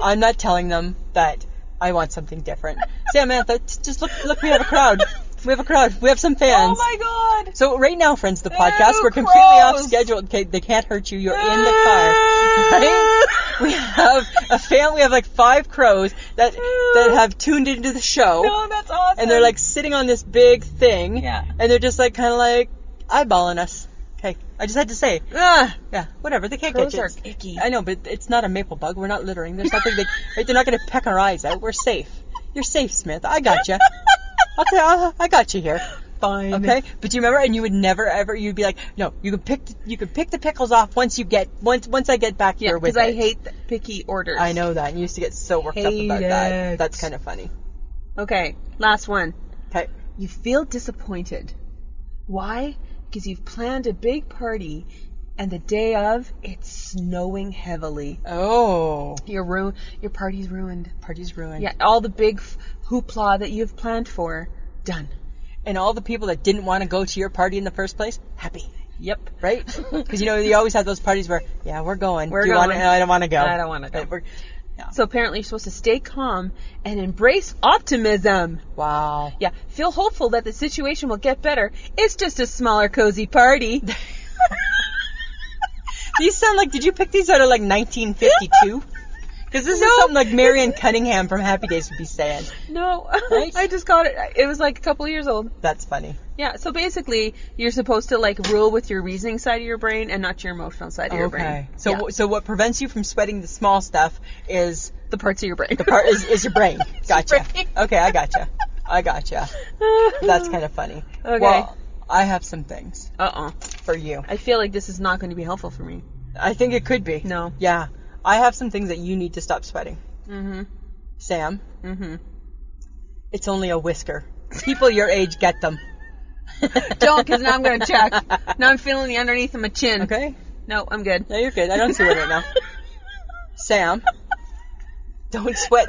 [SPEAKER 2] I'm not telling them that I want something different." Samantha, t- just look look. We have a crowd. We have a crowd. We have some fans.
[SPEAKER 1] Oh my god.
[SPEAKER 2] So right now, friends, of the podcast
[SPEAKER 1] Ew,
[SPEAKER 2] we're completely off
[SPEAKER 1] gross.
[SPEAKER 2] schedule. Okay, they can't hurt you. You're in the car. Right? We have a fan. We have like five crows that that have tuned into the show,
[SPEAKER 1] that's awesome.
[SPEAKER 2] and they're like sitting on this big thing.
[SPEAKER 1] Yeah.
[SPEAKER 2] And they're just like kind of like eyeballing us. Okay, I just had to say.
[SPEAKER 1] ah,
[SPEAKER 2] Yeah, whatever. They can't
[SPEAKER 1] Crows
[SPEAKER 2] catch
[SPEAKER 1] are
[SPEAKER 2] us.
[SPEAKER 1] icky.
[SPEAKER 2] I know, but it's not a maple bug. We're not littering. There's nothing. They, right? They're not going to peck our eyes out. We're safe. You're safe, Smith. I got you. Okay, I, I got you here.
[SPEAKER 1] fine.
[SPEAKER 2] Okay, but do you remember? And you would never ever. You'd be like, no, you can pick the, you can pick the pickles off once you get once once I get back
[SPEAKER 1] Yeah,
[SPEAKER 2] here with
[SPEAKER 1] because I
[SPEAKER 2] it.
[SPEAKER 1] hate the picky orders.
[SPEAKER 2] I know that. And you used to get so worked up
[SPEAKER 1] Hate
[SPEAKER 2] about that.
[SPEAKER 1] it.
[SPEAKER 2] That's kind of funny.
[SPEAKER 1] Okay, last one.
[SPEAKER 2] Okay.
[SPEAKER 1] You feel disappointed. Why? Because you've planned a big party, and the day of, it's snowing heavily.
[SPEAKER 2] Oh,
[SPEAKER 1] Your ru- your party's ruined.
[SPEAKER 2] party's ruined.
[SPEAKER 1] Yeah, all the big f- hoopla that you've planned for, done.
[SPEAKER 2] And all the people that didn't want to go to your party in the first place, happy.
[SPEAKER 1] Yep.
[SPEAKER 2] Right? Because you know you always have those parties where, yeah, we're going.
[SPEAKER 1] We're
[SPEAKER 2] Do you Want
[SPEAKER 1] going.
[SPEAKER 2] to, I don't want to go.
[SPEAKER 1] I don't wanna go.
[SPEAKER 2] Right, we're-
[SPEAKER 1] So apparently, you're supposed to stay calm and embrace optimism.
[SPEAKER 2] wow.
[SPEAKER 1] Yeah, feel hopeful that the situation will get better. It's just a smaller, cozy party.
[SPEAKER 2] These sound like. Did you pick these out of like 1952? Because this is something like Marion Cunningham from Happy Days would be saying.
[SPEAKER 1] No,
[SPEAKER 2] Right?
[SPEAKER 1] I just got it. It was like a couple years old.
[SPEAKER 2] That's funny.
[SPEAKER 1] Yeah, so basically, you're supposed to like rule with your reasoning side of your brain and not your emotional side of your brain.
[SPEAKER 2] So
[SPEAKER 1] Yeah.
[SPEAKER 2] wh- so what prevents you from sweating the small stuff is
[SPEAKER 1] the parts of your brain.
[SPEAKER 2] the part is, is your brain. Gotcha.
[SPEAKER 1] brain.
[SPEAKER 2] Okay, I gotcha. I gotcha. That's kind of funny.
[SPEAKER 1] Okay.
[SPEAKER 2] Well, I have some things
[SPEAKER 1] Uh uh
[SPEAKER 2] for you.
[SPEAKER 1] I feel like this is not going to be helpful for me.
[SPEAKER 2] I think it could be.
[SPEAKER 1] No.
[SPEAKER 2] Yeah. I have some things that you need to stop sweating. Mm-hmm. Sam. Mm-hmm. It's only a whisker. People your age get them.
[SPEAKER 1] Don't, because now I'm going to check. Now I'm feeling the underneath of my chin.
[SPEAKER 2] Okay.
[SPEAKER 1] No, I'm good.
[SPEAKER 2] No, you're good. I don't see one right now. Sam, don't sweat.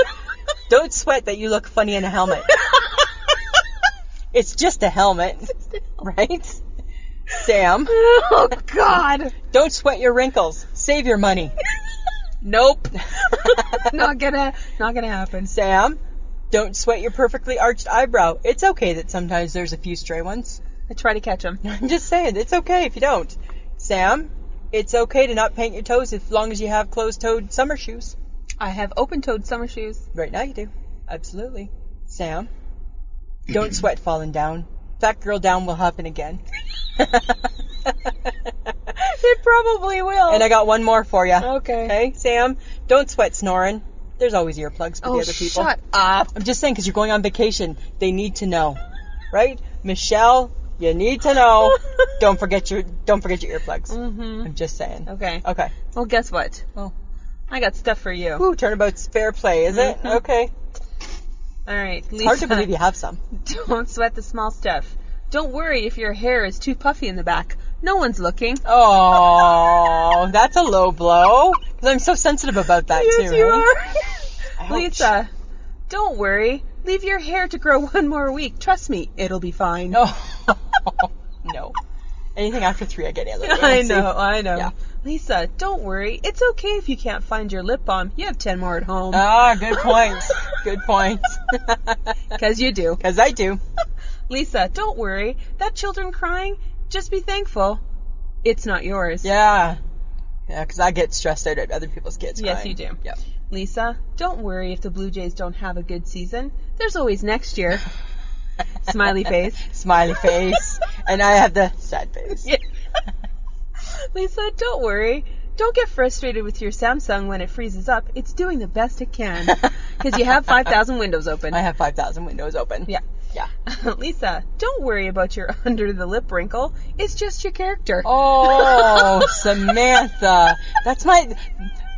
[SPEAKER 2] Don't sweat that you look funny in a helmet. It's just a helmet, right? Sam,
[SPEAKER 1] Oh God.
[SPEAKER 2] don't sweat your wrinkles. Save your money.
[SPEAKER 1] Nope. not gonna. Not gonna happen.
[SPEAKER 2] Sam, don't sweat your perfectly arched eyebrow. It's okay that sometimes there's a few stray ones.
[SPEAKER 1] I try to catch him.
[SPEAKER 2] I'm just saying, it's okay if you don't. Sam, it's okay to not paint your toes as long as you have closed-toed summer shoes.
[SPEAKER 1] I have open-toed summer shoes.
[SPEAKER 2] Right now you do. Absolutely. Sam, don't sweat falling down. That girl down will happen again.
[SPEAKER 1] It probably will.
[SPEAKER 2] And I got one more for you.
[SPEAKER 1] Okay.
[SPEAKER 2] Okay, Sam, don't sweat snoring. There's always earplugs for
[SPEAKER 1] Oh,
[SPEAKER 2] the other people.
[SPEAKER 1] shut up.
[SPEAKER 2] I'm just saying because you're going on vacation, they need to know, right? Michelle, you need to know. don't forget your don't forget your earplugs. Mm-hmm. I'm just saying.
[SPEAKER 1] Okay.
[SPEAKER 2] Okay.
[SPEAKER 1] Well, guess what?
[SPEAKER 2] Oh.
[SPEAKER 1] I got stuff for you.
[SPEAKER 2] Ooh, turnabout's fair play, is it? Okay.
[SPEAKER 1] All right, Lisa.
[SPEAKER 2] Hard to believe you have some.
[SPEAKER 1] Don't sweat the small stuff. Don't worry if your hair is too puffy in the back. No one's looking.
[SPEAKER 2] Oh, that's a low blow. 'Cause I'm so sensitive about that
[SPEAKER 1] yes,
[SPEAKER 2] too.
[SPEAKER 1] you
[SPEAKER 2] right?
[SPEAKER 1] are.
[SPEAKER 2] Ouch.
[SPEAKER 1] Lisa, don't worry. Leave your hair to grow one more week. Trust me, it'll be fine.
[SPEAKER 2] Oh, no. Anything after three, I get allergic.
[SPEAKER 1] I know, I know.
[SPEAKER 2] Yeah.
[SPEAKER 1] Lisa, don't worry. It's okay if you can't find your lip balm. You have 10 more at home.
[SPEAKER 2] Ah, good point. good point.
[SPEAKER 1] Because you do.
[SPEAKER 2] Because I do.
[SPEAKER 1] Lisa, don't worry. That children crying, just be thankful. It's not yours.
[SPEAKER 2] Yeah. Yeah, because I get stressed out at other people's kids.
[SPEAKER 1] Yes,
[SPEAKER 2] crying.
[SPEAKER 1] you do.
[SPEAKER 2] Yep.
[SPEAKER 1] Lisa, don't worry if the Blue Jays don't have a good season. There's always next year. Smiley face.
[SPEAKER 2] Smiley face. and I have the sad face.
[SPEAKER 1] Yeah. Lisa, don't worry. Don't get frustrated with your Samsung when it freezes up. It's doing the best it can. Because you have 5,000 windows open.
[SPEAKER 2] I have 5,000 windows open.
[SPEAKER 1] Yeah.
[SPEAKER 2] Yeah.
[SPEAKER 1] Lisa, don't worry about your under the lip wrinkle. It's just your character.
[SPEAKER 2] Oh, Samantha. That's my.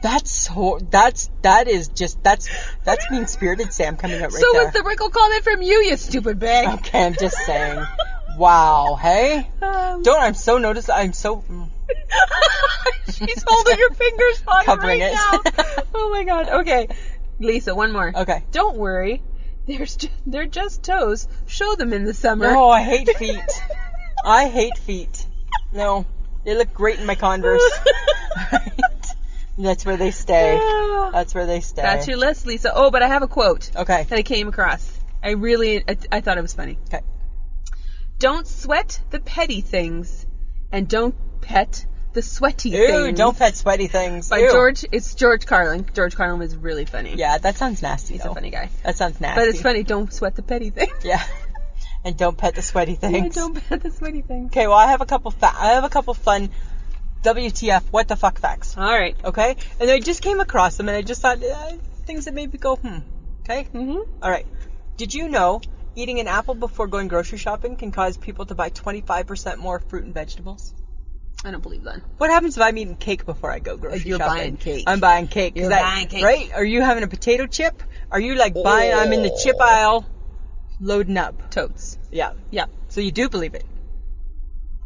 [SPEAKER 2] That's so. That's. That is just. That's. That's mean spirited Sam coming out right
[SPEAKER 1] so
[SPEAKER 2] there.
[SPEAKER 1] was the wrinkle comment from you, you stupid bag.
[SPEAKER 2] Okay, I'm just saying. Wow, hey?
[SPEAKER 1] Um,
[SPEAKER 2] Don't I'm so noticed I'm so mm.
[SPEAKER 1] She's holding her fingers on it
[SPEAKER 2] Covering
[SPEAKER 1] right
[SPEAKER 2] it.
[SPEAKER 1] now. Oh my god. Okay. Lisa, one more.
[SPEAKER 2] Okay.
[SPEAKER 1] Don't worry. There's ju- they're just toes. Show them in the summer.
[SPEAKER 2] No, I hate feet. I hate feet. No. They look great in my Converse. That's where they stay. That's where they stay.
[SPEAKER 1] Ah. That's your list, Lisa. Oh, but I have a quote
[SPEAKER 2] Okay.
[SPEAKER 1] that I came across. I really I, I thought it was funny.
[SPEAKER 2] Okay.
[SPEAKER 1] Don't sweat the petty things and don't pet the sweaty
[SPEAKER 2] Ew,
[SPEAKER 1] things.
[SPEAKER 2] don't pet sweaty things.
[SPEAKER 1] By
[SPEAKER 2] Ew.
[SPEAKER 1] George, it's George Carlin. George Carlin was really funny.
[SPEAKER 2] Yeah, that sounds nasty.
[SPEAKER 1] He's
[SPEAKER 2] though.
[SPEAKER 1] a funny guy.
[SPEAKER 2] That sounds nasty.
[SPEAKER 1] But it's funny. Don't sweat the petty things.
[SPEAKER 2] Yeah. And don't pet the sweaty
[SPEAKER 1] I
[SPEAKER 2] things.
[SPEAKER 1] don't pet the sweaty things.
[SPEAKER 2] Okay, well I have a couple fa- I have a couple fun WTF what the fuck facts.
[SPEAKER 1] All right.
[SPEAKER 2] okay? And I just came across them, and I just thought uh, things that made me go, hmm. Okay.
[SPEAKER 1] Mhm.
[SPEAKER 2] All right. Did you know eating an apple before going grocery shopping can cause people to buy 25% more fruit and vegetables?
[SPEAKER 1] I don't believe that.
[SPEAKER 2] What happens if I'm eating cake before I go grocery
[SPEAKER 1] You're
[SPEAKER 2] shopping?
[SPEAKER 1] buying cake.
[SPEAKER 2] I'm buying cake. 'cause
[SPEAKER 1] You're
[SPEAKER 2] I-
[SPEAKER 1] buying cake.
[SPEAKER 2] Right? Are you having a potato chip? Are you like buying? I'm in the
[SPEAKER 1] Oh.
[SPEAKER 2] chip aisle, loading up.
[SPEAKER 1] Totes.
[SPEAKER 2] Yeah.
[SPEAKER 1] Yeah.
[SPEAKER 2] So you do believe it.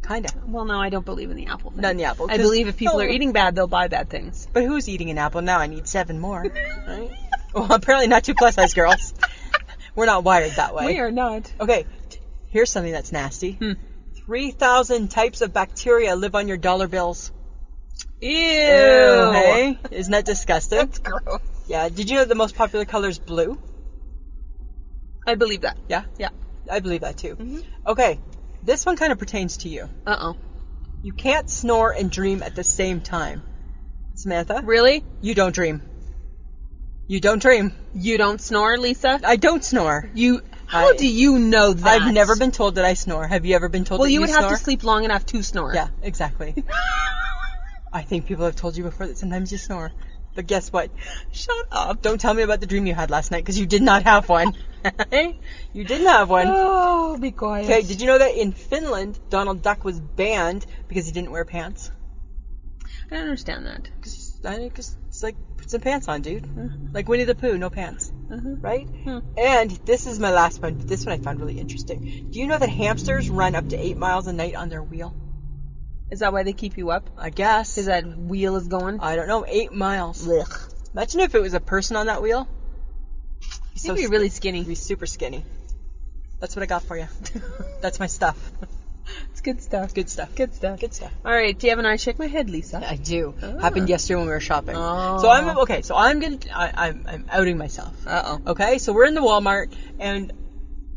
[SPEAKER 2] Kinda.
[SPEAKER 1] Well, no, I don't believe in the apple. Thing.
[SPEAKER 2] Not in the apple,
[SPEAKER 1] I
[SPEAKER 2] 'cause-
[SPEAKER 1] believe if people
[SPEAKER 2] no.
[SPEAKER 1] are eating bad, they'll buy bad things.
[SPEAKER 2] But who's eating an apple now? I need seven more. Right? well, apparently not two plus size girls. We're not wired that way.
[SPEAKER 1] We are Hmm. not.
[SPEAKER 2] Okay, t- here's something that's nasty. 3,000 types of bacteria live on your dollar bills.
[SPEAKER 1] Ew.
[SPEAKER 2] Hey? Isn't that disgusting?
[SPEAKER 1] That's gross.
[SPEAKER 2] yeah. Did you know the most popular color is blue?
[SPEAKER 1] I believe that.
[SPEAKER 2] Yeah.
[SPEAKER 1] Yeah. Mm-hmm.
[SPEAKER 2] I believe that too. Okay, this one kind of pertains to you.
[SPEAKER 1] Uh oh.
[SPEAKER 2] You can't snore and dream at the same time. Samantha,
[SPEAKER 1] Really?
[SPEAKER 2] you don't dream. You don't dream.
[SPEAKER 1] You don't snore, Lisa?
[SPEAKER 2] I don't snore.
[SPEAKER 1] You. How
[SPEAKER 2] I-
[SPEAKER 1] do you know that?
[SPEAKER 2] I've never been told that I snore. Have you ever been told
[SPEAKER 1] Well,
[SPEAKER 2] that
[SPEAKER 1] you
[SPEAKER 2] you,
[SPEAKER 1] would
[SPEAKER 2] snore?
[SPEAKER 1] have to sleep long enough to snore.
[SPEAKER 2] Yeah, exactly. I think people have told you before that sometimes you snore. But guess what? Shut up. Don't tell me about the dream you had last night because you did not have one. you didn't have one.
[SPEAKER 1] Oh, be quiet.
[SPEAKER 2] Okay, did you know that in Finland, Donald Duck was banned because he didn't wear pants?
[SPEAKER 1] I don't understand that.
[SPEAKER 2] Because it's like, put some pants on, dude.
[SPEAKER 1] Mm-hmm.
[SPEAKER 2] Like Winnie the Pooh, no pants. Right?
[SPEAKER 1] Hmm.
[SPEAKER 2] And this is my last one, but this one I found really interesting. Do you know that hamsters run up to eight miles a night on their wheel?
[SPEAKER 1] Is that why they keep you up?
[SPEAKER 2] I guess.
[SPEAKER 1] Is that wheel is going?
[SPEAKER 2] I don't know, eight miles. Imagine if it was a person on that wheel. He's
[SPEAKER 1] You'd be
[SPEAKER 2] skin-
[SPEAKER 1] really skinny.
[SPEAKER 2] He'd be super skinny. That's what I got for you. That's my stuff.
[SPEAKER 1] It's good stuff.
[SPEAKER 2] Good stuff.
[SPEAKER 1] Good stuff.
[SPEAKER 2] Good stuff.
[SPEAKER 1] All right, do you have an eye check my head, Lisa?
[SPEAKER 2] I do. Happened yesterday when we were shopping.
[SPEAKER 1] Oh.
[SPEAKER 2] So I'm okay. So I'm gonna. I, I'm I'm outing myself.
[SPEAKER 1] Uh oh.
[SPEAKER 2] Okay. So we're in the Walmart, and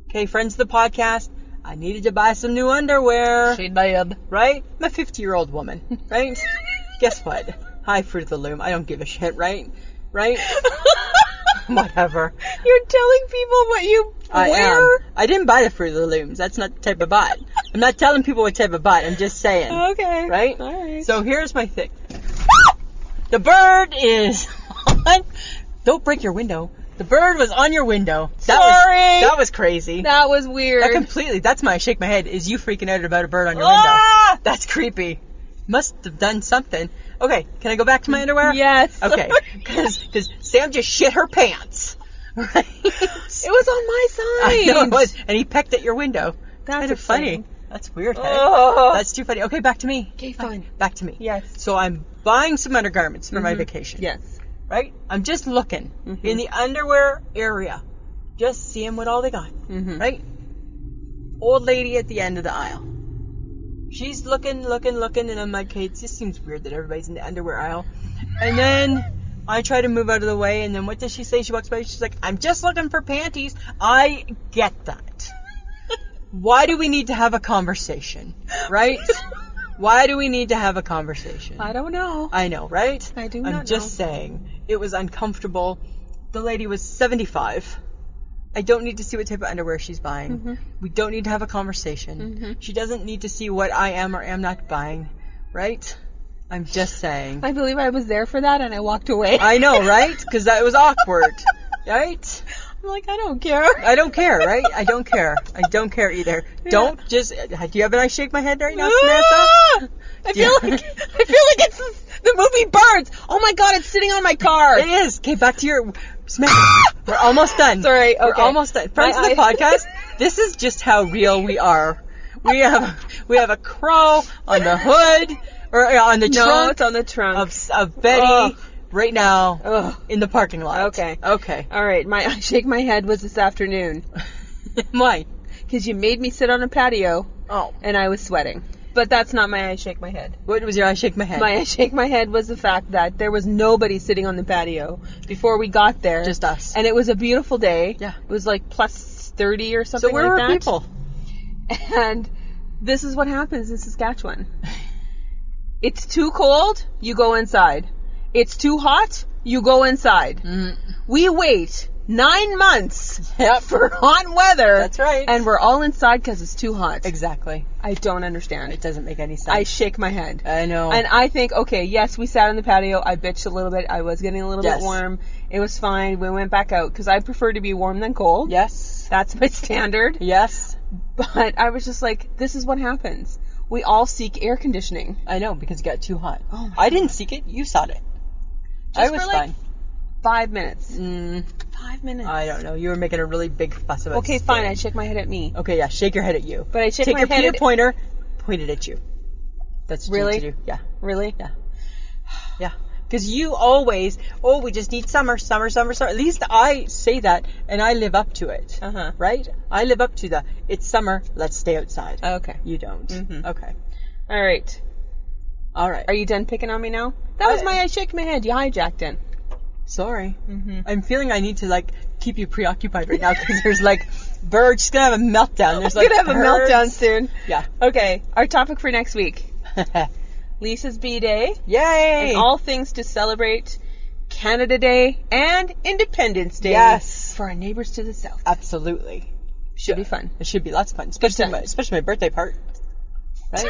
[SPEAKER 2] okay, friends of the podcast. I needed to buy some new underwear.
[SPEAKER 1] Shade by Eb.
[SPEAKER 2] right? I'm a 50 year old woman, right? Guess what? Hi, Fruit of the Loom. I don't give a shit, right? Right? Whatever.
[SPEAKER 1] You're telling people what you
[SPEAKER 2] I
[SPEAKER 1] wear?
[SPEAKER 2] am. I didn't buy the Fruit of the Looms. That's not the type of bot. I'm not telling people what type of bot. I'm just saying.
[SPEAKER 1] Okay.
[SPEAKER 2] Right?
[SPEAKER 1] All right.
[SPEAKER 2] So here's my thing. The bird is on Don't break your window. The bird was on your window. That
[SPEAKER 1] Sorry.
[SPEAKER 2] Was, that was crazy.
[SPEAKER 1] That was weird.
[SPEAKER 2] That completely. That's my shake my head. Is you freaking out about a bird on your
[SPEAKER 1] Ah!
[SPEAKER 2] window? That's creepy. Must have done something. Okay, can I go back to my underwear?
[SPEAKER 1] Yes.
[SPEAKER 2] Okay, because Sam just shit her pants. Right.
[SPEAKER 1] It was on my side.
[SPEAKER 2] I know it was, and he pecked at your window.
[SPEAKER 1] That's Oh,
[SPEAKER 2] kind of funny.
[SPEAKER 1] upsetting.
[SPEAKER 2] That's weird. hey?
[SPEAKER 1] Ugh.
[SPEAKER 2] That's too funny. Okay, back to me.
[SPEAKER 1] Okay, fine.
[SPEAKER 2] Back to me.
[SPEAKER 1] Yes. Mm-hmm.
[SPEAKER 2] So I'm buying some undergarments for my vacation.
[SPEAKER 1] Yes.
[SPEAKER 2] Right? I'm just looking in the underwear area, just seeing what all they got. Right? Old lady at the end of the aisle. She's looking, looking, looking, and I'm like, okay, it just seems weird that everybody's in the underwear aisle. And then I try to move out of the way, and then what does she say? She walks by, she's like, I'm just looking for panties. I get that. Why do we need to have a conversation? Right? Why do we need to have a conversation?
[SPEAKER 1] I don't know.
[SPEAKER 2] I know, right?
[SPEAKER 1] I do
[SPEAKER 2] I'm
[SPEAKER 1] not
[SPEAKER 2] just saying, it was uncomfortable. The lady was 75. I don't need to see what type of underwear she's buying.
[SPEAKER 1] Mm-hmm.
[SPEAKER 2] We don't need to have a conversation. She doesn't need to see what I am or am not buying, right? I'm just saying.
[SPEAKER 1] I believe I was there for that and I walked away.
[SPEAKER 2] I know, right? Because that was awkward, right?
[SPEAKER 1] I'm like, I don't care.
[SPEAKER 2] I don't care, right? I don't care. I don't care either. Don't just. Do you have an I shake my head right now, Samantha?
[SPEAKER 1] Ah! I feel
[SPEAKER 2] Yeah.
[SPEAKER 1] like I feel like it's the movie Birds. Oh my god, it's sitting on my car.
[SPEAKER 2] It is. Okay, back to your smack. We're almost done.
[SPEAKER 1] Sorry,
[SPEAKER 2] We're
[SPEAKER 1] okay.
[SPEAKER 2] almost done. Friends
[SPEAKER 1] My
[SPEAKER 2] of the
[SPEAKER 1] eye-
[SPEAKER 2] podcast. This is just how real we are. We have we have a crow on the hood or uh, on the
[SPEAKER 1] No,
[SPEAKER 2] trunk
[SPEAKER 1] it's on the trunk.
[SPEAKER 2] of s- of Betty
[SPEAKER 1] Ugh.
[SPEAKER 2] right now
[SPEAKER 1] Ugh.
[SPEAKER 2] in the parking lot.
[SPEAKER 1] Okay.
[SPEAKER 2] Okay.
[SPEAKER 1] All right, my I shake my head was this afternoon
[SPEAKER 2] Why?
[SPEAKER 1] because you made me sit on a patio
[SPEAKER 2] Oh.
[SPEAKER 1] and I was sweating. But that's not my I shake my head.
[SPEAKER 2] What was your I shake my head?
[SPEAKER 1] My I shake my head was the fact that there was nobody sitting on the patio before we got there.
[SPEAKER 2] Just us.
[SPEAKER 1] And it was a beautiful day.
[SPEAKER 2] Yeah.
[SPEAKER 1] It was like plus 30 or something
[SPEAKER 2] so where
[SPEAKER 1] like
[SPEAKER 2] were
[SPEAKER 1] that.
[SPEAKER 2] people?
[SPEAKER 1] And this is what happens in Saskatchewan. It's too cold, you go inside. It's too hot, you go inside. We wait nine months
[SPEAKER 2] Mm-hmm. Yep.
[SPEAKER 1] for hot weather.
[SPEAKER 2] That's right.
[SPEAKER 1] And we're all inside because it's too hot.
[SPEAKER 2] Exactly.
[SPEAKER 1] I don't understand.
[SPEAKER 2] It doesn't make any
[SPEAKER 1] I
[SPEAKER 2] sense.
[SPEAKER 1] shake my head.
[SPEAKER 2] I know.
[SPEAKER 1] And I think, okay, yes, we sat on the patio. I bitched a little bit. I was getting a little
[SPEAKER 2] Yes.
[SPEAKER 1] bit warm. It was fine. We went back out because I prefer to be warm than cold.
[SPEAKER 2] yes.
[SPEAKER 1] That's my standard.
[SPEAKER 2] Yes.
[SPEAKER 1] But I was just like, this is what happens. We all seek air conditioning.
[SPEAKER 2] I know because it got too hot.
[SPEAKER 1] Oh my
[SPEAKER 2] I didn't seek it. You sought it. I
[SPEAKER 1] for
[SPEAKER 2] was
[SPEAKER 1] like-
[SPEAKER 2] fine.
[SPEAKER 1] Five minutes.
[SPEAKER 2] Mm,
[SPEAKER 1] Five minutes.
[SPEAKER 2] I don't know. You were making a really big fuss about.
[SPEAKER 1] Okay, fine. I shake my head at me.
[SPEAKER 2] Okay, yeah. Shake your head at you.
[SPEAKER 1] But I shake
[SPEAKER 2] Oh. Take
[SPEAKER 1] my
[SPEAKER 2] your
[SPEAKER 1] head
[SPEAKER 2] Peter
[SPEAKER 1] at-
[SPEAKER 2] pointer, point it at you. That's what
[SPEAKER 1] Really?
[SPEAKER 2] You need to do. Yeah,
[SPEAKER 1] Really?
[SPEAKER 2] Yeah. yeah. Because you always, oh, we just need summer, summer, summer, summer. At least I say that, and I live up to it.
[SPEAKER 1] Uh-huh.
[SPEAKER 2] Right? I live up to the. It's summer. Let's stay outside.
[SPEAKER 1] Okay.
[SPEAKER 2] you don't. Okay.
[SPEAKER 1] All right.
[SPEAKER 2] All right.
[SPEAKER 1] Are you done picking on me now? That was
[SPEAKER 2] I-
[SPEAKER 1] my I shake my head. You hijacked it.
[SPEAKER 2] Sorry.
[SPEAKER 1] Mm-hmm.
[SPEAKER 2] I'm feeling I need to like keep you preoccupied right now because there's like birds. She's gonna have a meltdown. There's
[SPEAKER 1] I'm
[SPEAKER 2] like
[SPEAKER 1] gonna have a
[SPEAKER 2] birds.
[SPEAKER 1] meltdown soon.
[SPEAKER 2] Yeah.
[SPEAKER 1] Okay. Our topic for next week: Lisa's B Day.
[SPEAKER 2] Yay!
[SPEAKER 1] and all things to celebrate Canada Day and Independence Day.
[SPEAKER 2] Yes.
[SPEAKER 1] For our neighbors to the south.
[SPEAKER 2] Absolutely.
[SPEAKER 1] Should be fun.
[SPEAKER 2] It should be lots of fun, especially
[SPEAKER 1] Good
[SPEAKER 2] my,
[SPEAKER 1] time.
[SPEAKER 2] especially my birthday part. Right?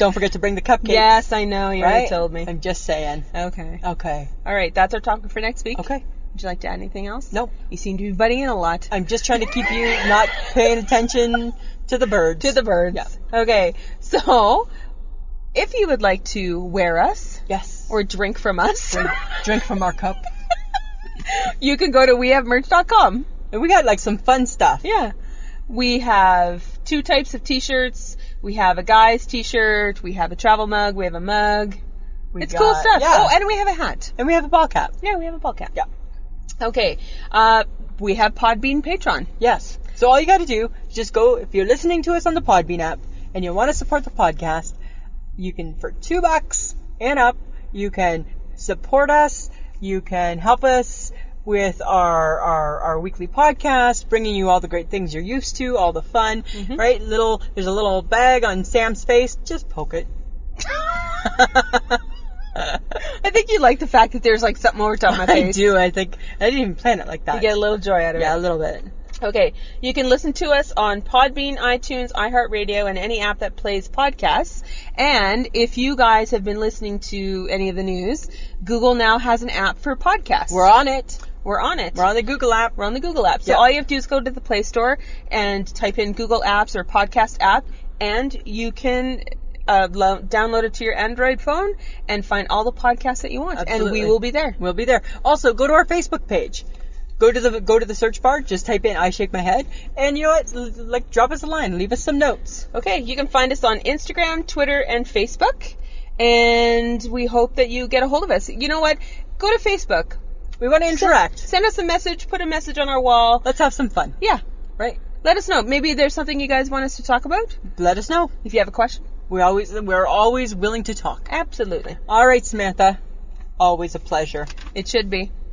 [SPEAKER 2] Don't forget to bring the cupcakes.
[SPEAKER 1] Yes, I know. You already
[SPEAKER 2] Right?
[SPEAKER 1] told me.
[SPEAKER 2] I'm just saying.
[SPEAKER 1] Okay.
[SPEAKER 2] Okay.
[SPEAKER 1] All right. That's our topic for next week.
[SPEAKER 2] Okay.
[SPEAKER 1] Would you like to add anything else?
[SPEAKER 2] Nope.
[SPEAKER 1] You seem to be butting in a lot.
[SPEAKER 2] I'm just trying to keep you not paying attention to the birds.
[SPEAKER 1] to the birds.
[SPEAKER 2] Yeah.
[SPEAKER 1] Okay. So, if you would like to wear us
[SPEAKER 2] yes.
[SPEAKER 1] or drink from us,
[SPEAKER 2] drink from our cup.
[SPEAKER 1] you can go to wehavemerch.com.
[SPEAKER 2] And we got like some fun stuff.
[SPEAKER 1] Yeah. We have two types of t-shirts. We have a guy's t-shirt. We have a travel mug. We have a mug.
[SPEAKER 2] We
[SPEAKER 1] It's
[SPEAKER 2] got-
[SPEAKER 1] cool stuff.
[SPEAKER 2] Yeah.
[SPEAKER 1] Oh, and we have a hat.
[SPEAKER 2] and we have a ball cap.
[SPEAKER 1] Yeah, we have a ball cap.
[SPEAKER 2] Yeah.
[SPEAKER 1] Okay. Uh, we have Podbean Patreon.
[SPEAKER 2] Yes. So all you got to do is just go if you're listening to us on the Podbean app and you want to support the podcast, you can for 2 bucks and up, you can support us, you can help us with our, our, our weekly podcast, bringing you all the great things you're used to, all the fun, right? Little, there's a little bag on Sam's face. Just poke it.
[SPEAKER 1] I think you like the fact that there's like something over top of my
[SPEAKER 2] I
[SPEAKER 1] face.
[SPEAKER 2] do. I think I didn't even plan it like that.
[SPEAKER 1] You get a little joy out of
[SPEAKER 2] yeah,
[SPEAKER 1] it.
[SPEAKER 2] a little bit.
[SPEAKER 1] Okay. You can listen to us on Podbean, iTunes, iHeartRadio, and any app that plays podcasts. And if you guys have been listening to any of the news, Google now has an app for podcasts.
[SPEAKER 2] We're on it.
[SPEAKER 1] We're on it.
[SPEAKER 2] We're on the Google app.
[SPEAKER 1] We're on the Google app. So
[SPEAKER 2] Yeah.
[SPEAKER 1] all you have to do is go to the Play Store and type in Google Apps or Podcast app, and you can uh, lo- download it to your Android phone and find all the podcasts that you want. And
[SPEAKER 2] Absolutely.
[SPEAKER 1] we will be there.
[SPEAKER 2] We'll be there. Also, go to our Facebook page. Go to the go to the search bar. Just type in "I shake my head," and you know what? L- Like, drop us a line. Leave us some notes.
[SPEAKER 1] Okay, you can find us on Instagram, Twitter, and Facebook. And we hope that you get a hold of us. You know what? Go to Facebook.
[SPEAKER 2] We want to interact.
[SPEAKER 1] Send us a message. Put a message on our wall.
[SPEAKER 2] Let's have some fun.
[SPEAKER 1] Yeah.
[SPEAKER 2] Right.
[SPEAKER 1] Let us know. Maybe there's something you guys want us to talk about.
[SPEAKER 2] Let us know.
[SPEAKER 1] If you have a question.
[SPEAKER 2] We always we're always willing to talk.
[SPEAKER 1] Absolutely.
[SPEAKER 2] All right, Samantha. Always a pleasure.
[SPEAKER 1] It should be.